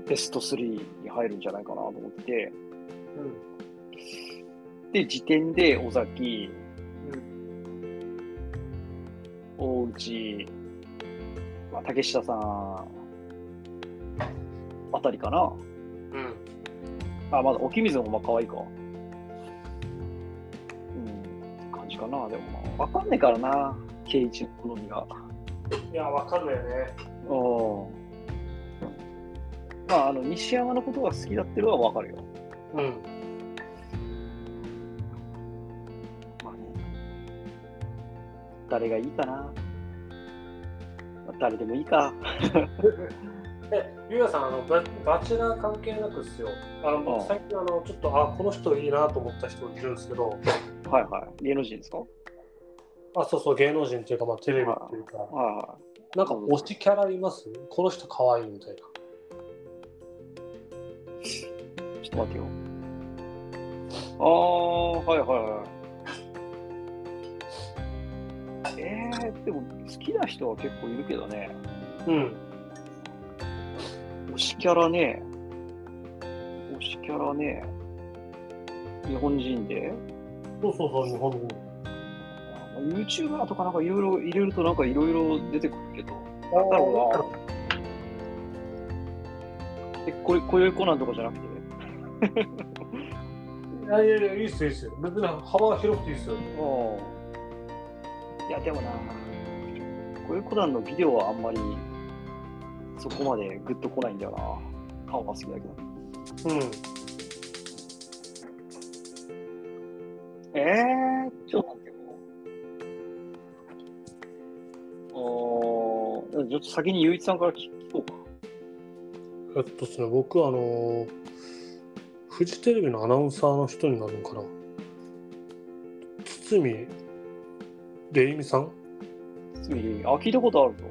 Speaker 1: ベスト3に入るんじゃないかなと思ってて、で、時点で尾崎、
Speaker 2: うん。
Speaker 1: 大内、まあ、竹下さん、あたりかな。
Speaker 2: うん。
Speaker 1: あ、まだ、沖水もまあ可愛いか。うん、感じかな。でも、まあ、わかんねえからな、圭一の好みが。
Speaker 2: いや、わかるよね。
Speaker 1: うん。まあ、あの、西山のことが好きだってのはわかるよ。
Speaker 2: うん。
Speaker 1: まあね。誰がいいかな。まあ誰でもいいか。
Speaker 2: え、ゆうやさん、あのババチェラー関係なくですよ。あの
Speaker 1: うん
Speaker 2: 僕、最近あの、ちょっと、あ、この人いいなと思った人いるんですけど、
Speaker 1: はいはい。芸能人ですかは
Speaker 2: あ、そうそう、芸能人っていうか、まあ、テレビっていう
Speaker 1: い
Speaker 2: か、
Speaker 1: は
Speaker 2: なんか推しキャラいますこの人可愛いみたい
Speaker 1: い。ちょっと待ってよ。ああ、はいはいはい。えー、でも好きな人は結構いるけどね。
Speaker 2: な。うん。
Speaker 1: 推しキャラね。推しキャラね。日本人で
Speaker 2: そうそうそう、日本人。
Speaker 1: あ ?YouTuber とかなんかいろいろ入れるとなんかいろいろ出てくるけど。
Speaker 2: あ
Speaker 1: だろうな。え、これ、こういうコナンとかじゃなくて。
Speaker 2: いやいやいや、いいっすよ、いいっすよ。別に幅広くていいっすよ。
Speaker 1: うん。いや、でもな、こういうコナンのビデオはあんまりそこまでグッとこないんだよな。顔が好きだけど。
Speaker 2: うん。
Speaker 1: えー、長なんてもう。ああ、ちょっと先にゆういちさんから聞こうか。
Speaker 2: えっとですね、僕、あのーフジテレビのアナウンサーの人になるのかな。堤礼美さん、
Speaker 1: つみりあ、聞いたことあるぞ。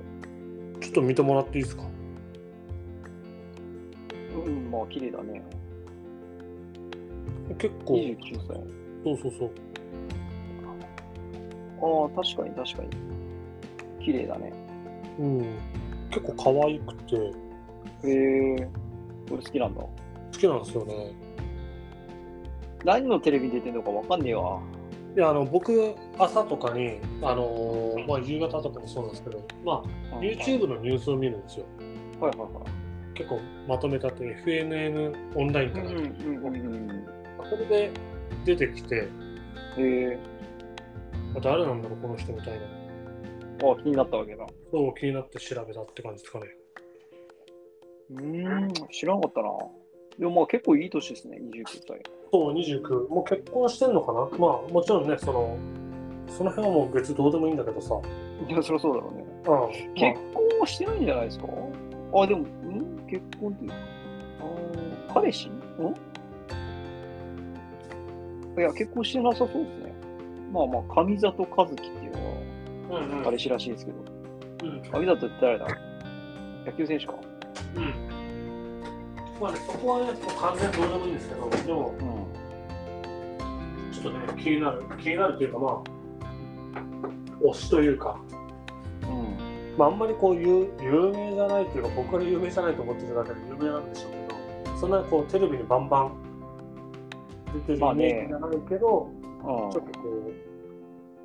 Speaker 2: ちょっと見てもらっていいですか。
Speaker 1: うん、まあ、綺麗だね。
Speaker 2: 結構、
Speaker 1: 29歳。
Speaker 2: そうそうそう。
Speaker 1: ああ、確かに確かに。綺麗だね。
Speaker 2: うん、結構可愛くて好
Speaker 1: へえ、俺好きなんだ。
Speaker 2: きなんですよね。
Speaker 1: 何のテレビに出てんのかわかんねえわ。
Speaker 2: であの僕朝とかに、あのーまあ、夕方とかもそうなんですけど、まあ、YouTube のニュースを見るんですよ
Speaker 1: はいはい
Speaker 2: 結構まとめたって FNN オンラインか
Speaker 1: はい。んう
Speaker 2: な、
Speaker 1: んうん。
Speaker 2: それで出てきて
Speaker 1: へえ、
Speaker 2: あ誰なんだろうこの人みたいな
Speaker 1: あ気になったわけだ。
Speaker 2: そう気になって調べたって感じですかね
Speaker 1: うーん、知らなかったな。でもまあ結構いい年ですね、29歳。
Speaker 2: そう29もう結婚してんのかなまあもちろんねそのその辺はもう別にどうでもいいんだけどさ、うん
Speaker 1: いや、そりゃそうだろうね。
Speaker 2: まあ、
Speaker 1: 結婚はしてないんじゃないですかあ、でも、ん結婚っていうあー彼氏んいや、結婚してなさそうですね。まあまあ、上里和樹っていうの
Speaker 2: うんうん
Speaker 1: は彼氏らしいですけど、
Speaker 2: うん
Speaker 1: 上里って誰だ野球選手か。
Speaker 2: うんまあねそこはねもう完全にどうでもいいんですけどでも
Speaker 1: うん。
Speaker 2: ちょっとね、気になる、気になるというか、まあ、推しというか、
Speaker 1: うん。
Speaker 2: まあ、あんまりこう有、有名じゃないというか、僕から有名じゃないと思ってるだけで有名なんでしょうけど、そんなにこう、テレビにバンバン出てるイメ
Speaker 1: まあね
Speaker 2: ージじゃないけど、
Speaker 1: あ
Speaker 2: ちょっとこう、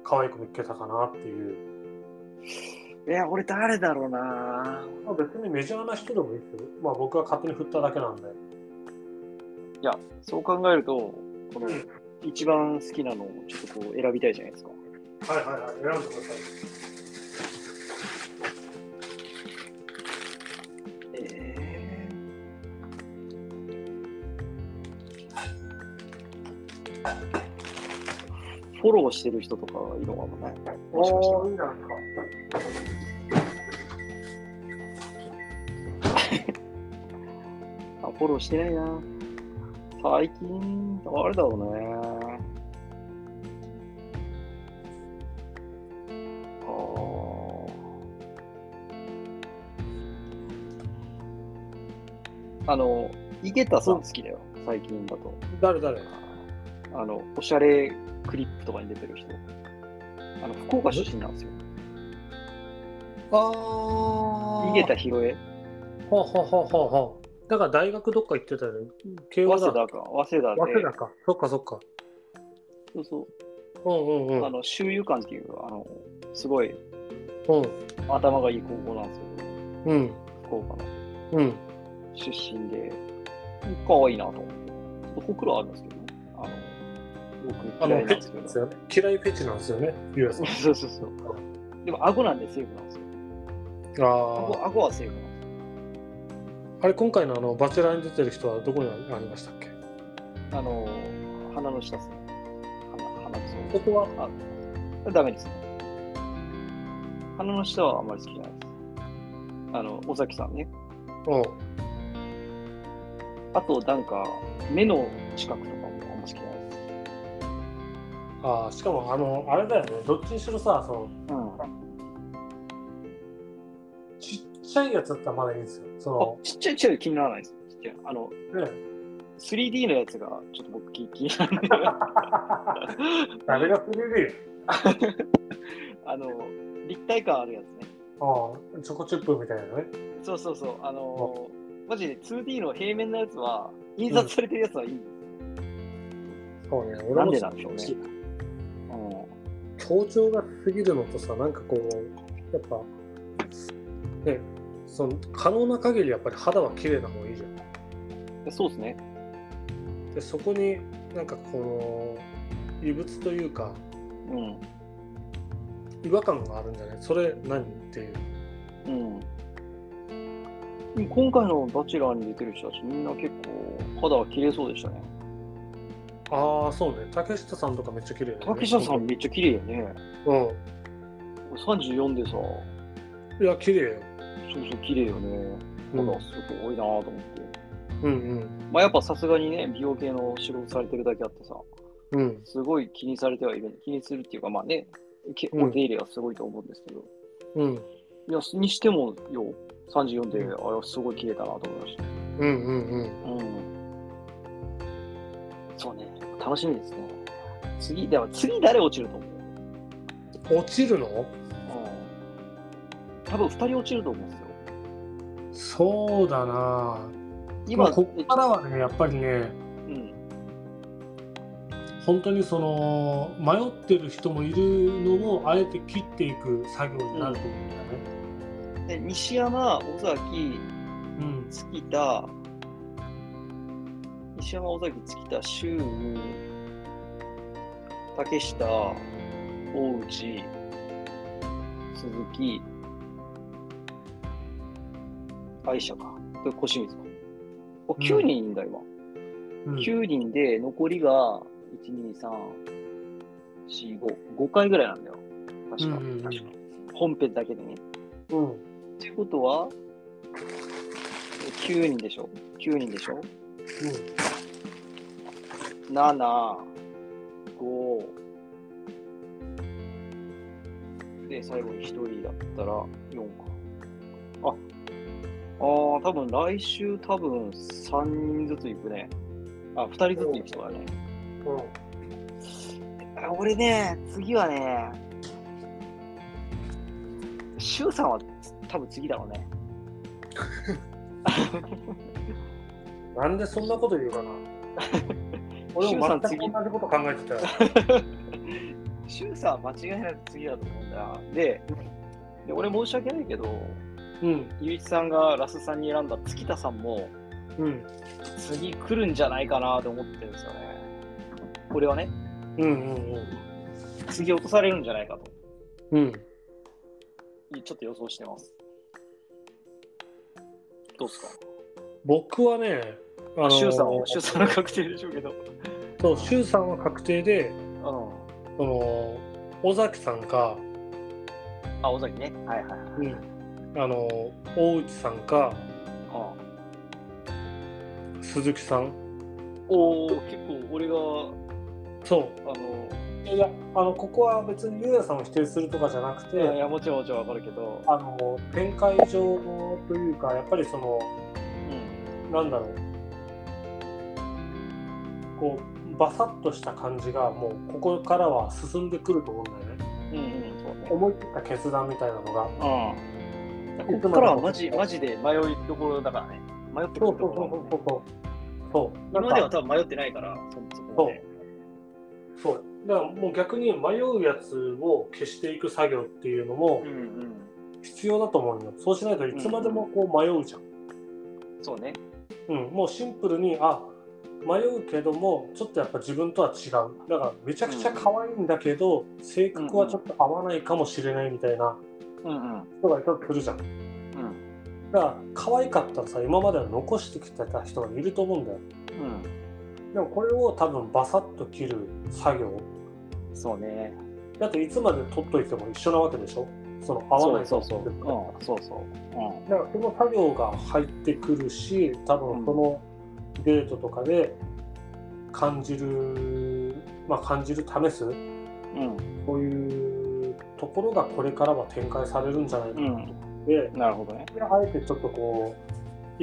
Speaker 2: 可愛く見っけたかなっていう、
Speaker 1: いや、俺誰だろうな。
Speaker 2: まあ、別にメジャーな人でもいいですけど、まあ、僕が勝手に振っただけなんで、
Speaker 1: そう考えると、この、一番好きなのをちょっとこう選びたいじゃないですか。
Speaker 2: はいはいはい、選んでください。
Speaker 1: えーフォローしてる人とかいるのかもね。もしかしたら
Speaker 2: おー、いいじゃないですか。
Speaker 1: あ、フォローしてないな。最近、あれだろうね。あーあの、井桁さん好きだよ、最近だと。
Speaker 2: 誰誰
Speaker 1: あの、おしゃれクリップとかに出てる人。あの、福岡出身なんですよ。
Speaker 2: あ
Speaker 1: 井桁弘恵、
Speaker 2: はあ、はあはあはあはあ、だから大学どっか行ってたよね。慶
Speaker 1: 早
Speaker 2: 応
Speaker 1: 稲
Speaker 2: だ。
Speaker 1: 田か、早稲田
Speaker 2: 早
Speaker 1: で
Speaker 2: 稲、田か。そっかそっか。
Speaker 1: そうそう
Speaker 2: うんうんう
Speaker 1: あ
Speaker 2: ん。
Speaker 1: の、周遊館っていう、あの、すごい
Speaker 2: うん
Speaker 1: 頭がいい高校なんですよ。
Speaker 2: うん
Speaker 1: 福岡の
Speaker 2: うん。
Speaker 1: 出身で、可愛いなと思って。ちょっとほくろあるんですけどね、あの、
Speaker 2: あ
Speaker 1: 僕嫌い
Speaker 2: の、
Speaker 1: なん
Speaker 2: フェ
Speaker 1: で
Speaker 2: チ
Speaker 1: すけ
Speaker 2: なん
Speaker 1: ど。
Speaker 2: です
Speaker 1: そ
Speaker 2: よね。嫌いフェチなんですよね。ゆうやさん。
Speaker 1: うそうそう。でも、顎なんでセーフなんですよ。
Speaker 2: あ
Speaker 1: 顎
Speaker 2: あ。
Speaker 1: 顎はセーフなんですよ。
Speaker 2: あれ、今回のあの、バチェラーに出てる人はどこにありましたっけ
Speaker 1: あの、鼻の下ですね。鼻、鼻ですね
Speaker 2: ここは、
Speaker 1: ダメですね。鼻の下はあんまり好きじゃないです。あの、尾崎さんね。
Speaker 2: う
Speaker 1: あと、なんか、目の近くとかもあんま好きじゃないです。
Speaker 2: ん。ああ、しかも、あの、あれだよね。どっちにしろさ、その、
Speaker 1: うん。
Speaker 2: ちっちゃいやつだったらまだいいんですよ。
Speaker 1: あ
Speaker 2: そ
Speaker 1: ちっちゃいちっちゃい気にならないです。ちっちゃい。あの、
Speaker 2: の、ね。
Speaker 1: 3D のやつがちょっと僕気気にならない。
Speaker 2: 誰が 3D?
Speaker 1: あの、立体感あるやつね。
Speaker 2: ああ、チョコチップみたいなね。
Speaker 1: そうそうそう。あのー、マジで 2D の平面のやつは、印刷されてるやつはいい。
Speaker 2: そうね。俺も
Speaker 1: なんでなんでしょうね
Speaker 2: 好き
Speaker 1: うん。
Speaker 2: 強調が過ぎるのとさなんかこうやっぱねその可能な限りやっぱり肌は綺麗な方がいいじゃん
Speaker 1: そうですね。
Speaker 2: でそこになんかこの異物というか
Speaker 1: うん。
Speaker 2: 違和感があるんじゃないそれ何っていう
Speaker 1: うん。でも今回のバチェラーに出てる人たちみんな結構肌が綺麗そうでしたね。
Speaker 2: ああ、そうね。竹下さんとかめっちゃ綺麗だよね
Speaker 1: 竹下さんめっちゃ綺麗よね。
Speaker 2: う
Speaker 1: 34でさ、そ
Speaker 2: ん。いや、綺麗よ。
Speaker 1: うそう綺麗よね。
Speaker 2: う
Speaker 1: なん
Speaker 2: ん
Speaker 1: かすごいなぁと思って。
Speaker 2: うん
Speaker 1: まあやっぱさすがにね、美容系の仕事されてるだけあってさ、
Speaker 2: うん。うん。
Speaker 1: すごい気にされてはいる、気にするっていうかまあね、け
Speaker 2: うん
Speaker 1: お手入れはすごいと思うんですけど、
Speaker 2: うん。
Speaker 1: いや、にしてもよ、34で、あれはすごい綺麗だなと思いました。
Speaker 2: うんうんう
Speaker 1: う
Speaker 2: ん。
Speaker 1: ん。そうね、楽しみですね。次、では次誰落ちると思う
Speaker 2: 落ちるの
Speaker 1: うん多分2人落ちると思うんですよ。
Speaker 2: そうだな
Speaker 1: 今、
Speaker 2: まあここからはね、やっぱりね、
Speaker 1: うん、
Speaker 2: 本当にその迷ってる人もいるのもあえて切っていく作業になると思うんだよね。
Speaker 1: で西山、尾崎、
Speaker 2: うん、
Speaker 1: 月田、西山、尾崎、月田、周武、竹下、大内、鈴木、愛車か。で、小清水か。お
Speaker 2: ん
Speaker 1: 9人いんだ、今。
Speaker 2: うん
Speaker 1: 9人で残りが12345回ぐらいなんだよ確か,、
Speaker 2: うんうんうん
Speaker 1: 確か本編だけでね
Speaker 2: うん
Speaker 1: っていうことは9人でしょ9人でしょ75で最後に1人だったら4かああー多分来週多分3人ずつ行くねあ2人ずつ行く人だね
Speaker 2: うん
Speaker 1: あ俺ね、次はね、シュウさんは多分次だろうね。
Speaker 2: なんでそんなこと言うか な俺
Speaker 1: シュウさ
Speaker 2: も
Speaker 1: ん
Speaker 2: 全
Speaker 1: 次
Speaker 2: く同じこと考えてたよ。
Speaker 1: シュウさんは間違いなく次だと思うんだ。で、で俺申し訳ないけど、
Speaker 2: うん
Speaker 1: ゆういちさんがラスさんに選んだ月田さんも
Speaker 2: うん
Speaker 1: 次来るんじゃないかなと思ってるんですよね。俺はね、
Speaker 2: うんうん
Speaker 1: 次落とされるんじゃないかと、
Speaker 2: うんうん。
Speaker 1: ちょっと予想してます。どうですか
Speaker 2: 僕はね、あのー
Speaker 1: シュウさんは、シュウさんは確定でしょうけど。
Speaker 2: そうシュウさんは確定で、
Speaker 1: う
Speaker 2: その尾崎さんか、
Speaker 1: ん。あ、尾崎ね。はいはいはい。
Speaker 2: あのー大内さんか
Speaker 1: ああ
Speaker 2: 鈴木さん。
Speaker 1: おお結構俺が
Speaker 2: そう。
Speaker 1: あの、
Speaker 2: いやあのここは別にゆうやさんを否定するとかじゃなくて、
Speaker 1: いやいやもちろんもちろんわかるけど、
Speaker 2: あの展開上というかやっぱりその
Speaker 1: うん、
Speaker 2: なんだろうこうバサッとした感じがもうここからは進んでくると思うんだよね
Speaker 1: うんうんそうね
Speaker 2: 思い切った決断みたいなのが
Speaker 1: うんここからはマジマジで迷いどころだからね迷ってく
Speaker 2: そう
Speaker 1: る
Speaker 2: そ
Speaker 1: と
Speaker 2: う
Speaker 1: ころだ
Speaker 2: そ
Speaker 1: もね
Speaker 2: うんそうそうそう
Speaker 1: 今
Speaker 2: なん
Speaker 1: までは
Speaker 2: か
Speaker 1: 多分迷ってないからそそこまで
Speaker 2: そうだからもう逆に迷うやつを消していく作業っていうのも
Speaker 1: うんうん
Speaker 2: 必要だと思うよそうしないといつまでもこう迷うじゃん
Speaker 1: そうね
Speaker 2: うん、もうシンプルにあ迷うけどもちょっとやっぱ自分とは違うだからめちゃくちゃ可愛いんだけど、性格はちょっと合わないかもしれないみたいな
Speaker 1: うんうん
Speaker 2: 人がいたとするじゃんだ
Speaker 1: うん
Speaker 2: から可愛かったらさ今までは残してきてた人がいると思うんだよでもこれを多分バサッと切る作業
Speaker 1: うんそうね
Speaker 2: だっていつまで取っといても一緒なわけでしょその合わない
Speaker 1: そうそうそう、う
Speaker 2: だ
Speaker 1: ん
Speaker 2: か、
Speaker 1: そうそう、うん
Speaker 2: らその作業が入ってくるし多分そのデートとかで感じるまあ感じる試す
Speaker 1: うん
Speaker 2: こういうところがこれからは展開されるんじゃないか
Speaker 1: う
Speaker 2: なと
Speaker 1: ん
Speaker 2: で、
Speaker 1: なるほどね
Speaker 2: あえてちょっとこう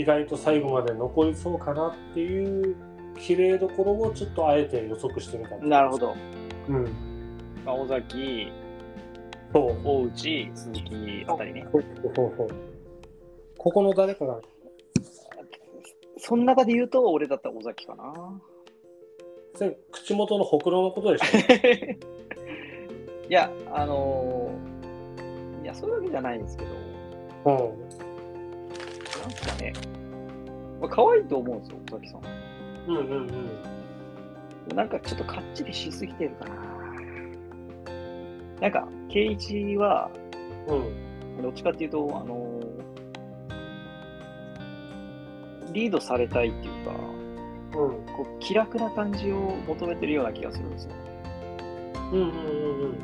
Speaker 2: 意外と最後まで残りそうかなっていう綺麗どころをちょっとあえて予測してみた
Speaker 1: なるほど、
Speaker 2: ど、うん、
Speaker 1: まあ、尾崎
Speaker 2: そう
Speaker 1: 大内鈴木あたりね
Speaker 2: そうそうそうここの誰かが
Speaker 1: その中で言うと俺だったら尾崎かな
Speaker 2: それ口元のほくろのことでしょ
Speaker 1: いや、あのーいや、そういうわけじゃないんですけど、なんすかね、まあ、可愛いと思うんですよ、尾崎さん。
Speaker 2: うん、うんうんうん
Speaker 1: なんかちょっとかっちりしすぎてるかな。なんか、圭一は、
Speaker 2: うん
Speaker 1: どっちかっていうと、あのーリードされたいっていうか、
Speaker 2: うん
Speaker 1: こう気楽な感じを求めてるような気がするんですよ。
Speaker 2: うんうんうん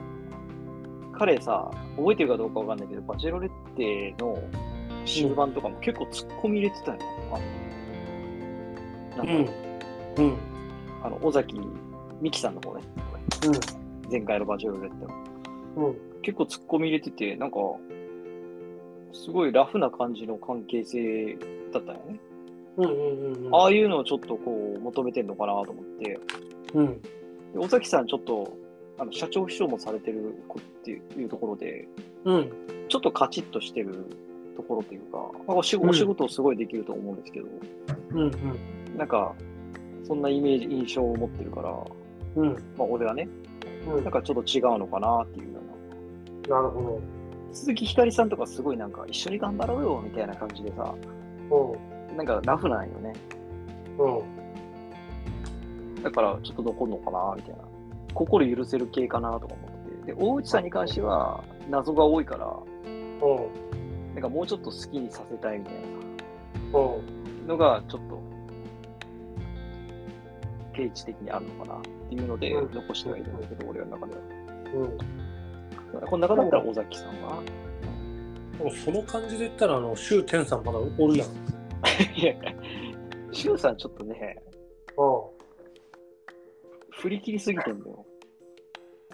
Speaker 1: 彼さ、覚えてるかどうかわかんないけど、バチェロレッテの新版とかも結構突っ込み入れてたよ。あの
Speaker 2: う
Speaker 1: なん
Speaker 2: ん
Speaker 1: か、
Speaker 2: うんうん
Speaker 1: あの、尾崎美紀さんの方ね。
Speaker 2: う
Speaker 1: 前回のバチェロレッテは。
Speaker 2: ん
Speaker 1: 結構突っ込み入れてて、なんか、すごいラフな感じの関係性だったよね。
Speaker 2: うんうんうん
Speaker 1: ああいうのをちょっとこう求めてんのかなと思って、で
Speaker 2: うん
Speaker 1: 尾崎さんちょっとあの社長秘書もされてる子っていうところで、
Speaker 2: うん
Speaker 1: ちょっとカチッとしてるところというか、まあお仕
Speaker 2: うん
Speaker 1: お仕事をすごいできると思うんですけど、
Speaker 2: うん
Speaker 1: なんか、そんなイメージ、印象を持ってるから、
Speaker 2: うんうん
Speaker 1: まあ俺はね、
Speaker 2: うん
Speaker 1: なんかちょっと違うのかなっていうような。
Speaker 2: なるほ
Speaker 1: 鈴木ひかりさんとかすごいなんか一緒に頑張ろうよみたいな感じでさ、
Speaker 2: ど
Speaker 1: なんかラフなんよね。
Speaker 2: うんうん
Speaker 1: だからちょっと残るのかなみたいな。心許せる系かなとか思ってて。で、大内さんに関しては謎が多いから、
Speaker 2: うん
Speaker 1: なんかもうちょっと好きにさせたいみたい
Speaker 2: うん
Speaker 1: なのがちょっと、定置的にあるのかなっていうので
Speaker 2: うん
Speaker 1: 残してはいるんだけど、俺の中で
Speaker 2: うん
Speaker 1: は。この中だったら尾崎さんは
Speaker 2: でもその感じで言ったらあの周天さんまだおるやんうん
Speaker 1: いや、シュウさんちょっとね、振り切りすぎてんだよ。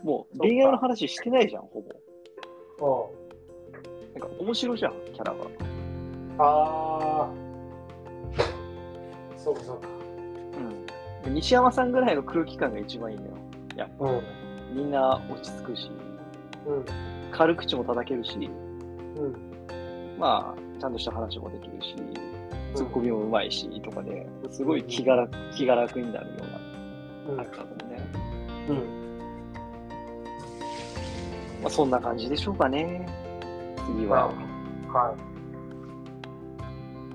Speaker 1: もう恋愛の話してないじゃん、ほぼ。
Speaker 2: う
Speaker 1: なんか面白じゃん、キャラが。
Speaker 2: んああそうかそうか
Speaker 1: うん、西山さんぐらいの空気感が一番いいのよ。やっぱ、
Speaker 2: うん
Speaker 1: みんな落ち着くし、
Speaker 2: うん
Speaker 1: 軽口も叩けるし、
Speaker 2: うん
Speaker 1: まあ、ちゃんとした話もできるし、ツッコミもうまいし、とかで、すごい気が楽気が楽になるよう
Speaker 2: うん
Speaker 1: ななんかもね。
Speaker 2: うん
Speaker 1: まあ、そんな感じでしょうかね。次は。
Speaker 2: は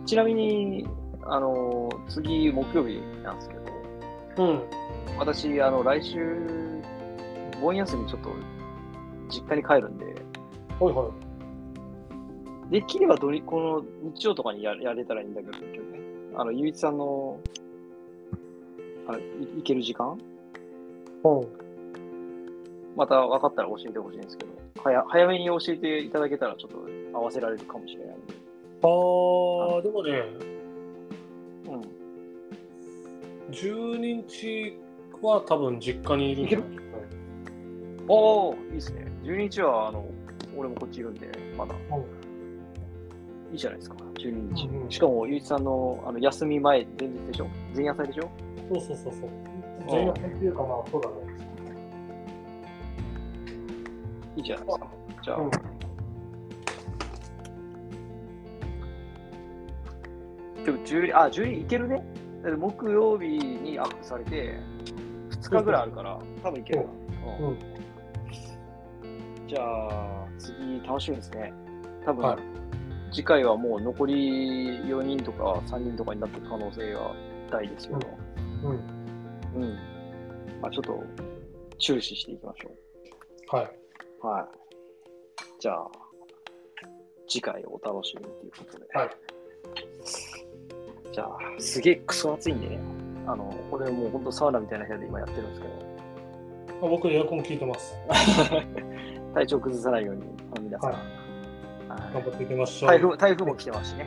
Speaker 1: ちなみに、あの、次、木曜日なんですけど、
Speaker 2: いうん
Speaker 1: 私、あの、来週、盆休みちょっと、実家に帰るんで、
Speaker 2: ほいほい
Speaker 1: できればどにこの日曜とかにややれたらいいんだけどね。あの、ゆういちさんの、あのい行ける時間
Speaker 2: うん
Speaker 1: また分かったら教えてほしいんですけど、早早めに教えていただけたらちょっと合わせられるかもしれないんで。
Speaker 2: あーでもね
Speaker 1: うん。
Speaker 2: 12日は多分実家にいるんじゃない
Speaker 1: おー、いいですね。12日は、あの、俺もこっちいるんで、まだ。
Speaker 2: うん
Speaker 1: いいじゃないですか、12日。
Speaker 2: うんうん
Speaker 1: しかも、ゆういちさんのあの休み前、前日でしょ前夜祭でしょ
Speaker 2: そうそうそうそう前夜祭っていうかまあそうだね
Speaker 1: いいじゃないですか。じゃあ、
Speaker 2: うん
Speaker 1: 今日12、あ、12いけるね。だって木曜日にアップされて、2日ぐらいあるから、多分いけるな。
Speaker 2: うん
Speaker 1: じゃあ、次、楽しみですね。多分、
Speaker 2: はい
Speaker 1: 次回はもう残り4人とか3人とかになってる可能性が大ですけど、
Speaker 2: うん
Speaker 1: うん。まあ、ちょっと、注視していきましょ
Speaker 2: は
Speaker 1: う。はい。じゃあ、次回お楽しみということで。
Speaker 2: はい
Speaker 1: じゃあ、すげえクソ暑いんでね。あの、これもう本当サウナみたいな部屋で今やってるんですけど、
Speaker 2: い僕エアコン効いてます
Speaker 1: 体調崩さないように、あの皆さん。
Speaker 2: は
Speaker 1: はい
Speaker 2: 頑張っていきましょう
Speaker 1: 台風台風も来てますしね。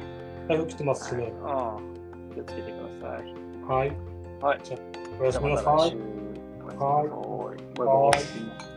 Speaker 2: 台風来てますし
Speaker 1: う
Speaker 2: ね
Speaker 1: ん。気をつけてください。
Speaker 2: はい
Speaker 1: はい
Speaker 2: じゃあおや
Speaker 1: じゃ
Speaker 2: す
Speaker 1: あ
Speaker 2: み
Speaker 1: ま
Speaker 2: な
Speaker 1: た
Speaker 2: さ
Speaker 1: 来
Speaker 2: い
Speaker 1: 週。
Speaker 2: はい
Speaker 1: おやすみなさいバイバイ。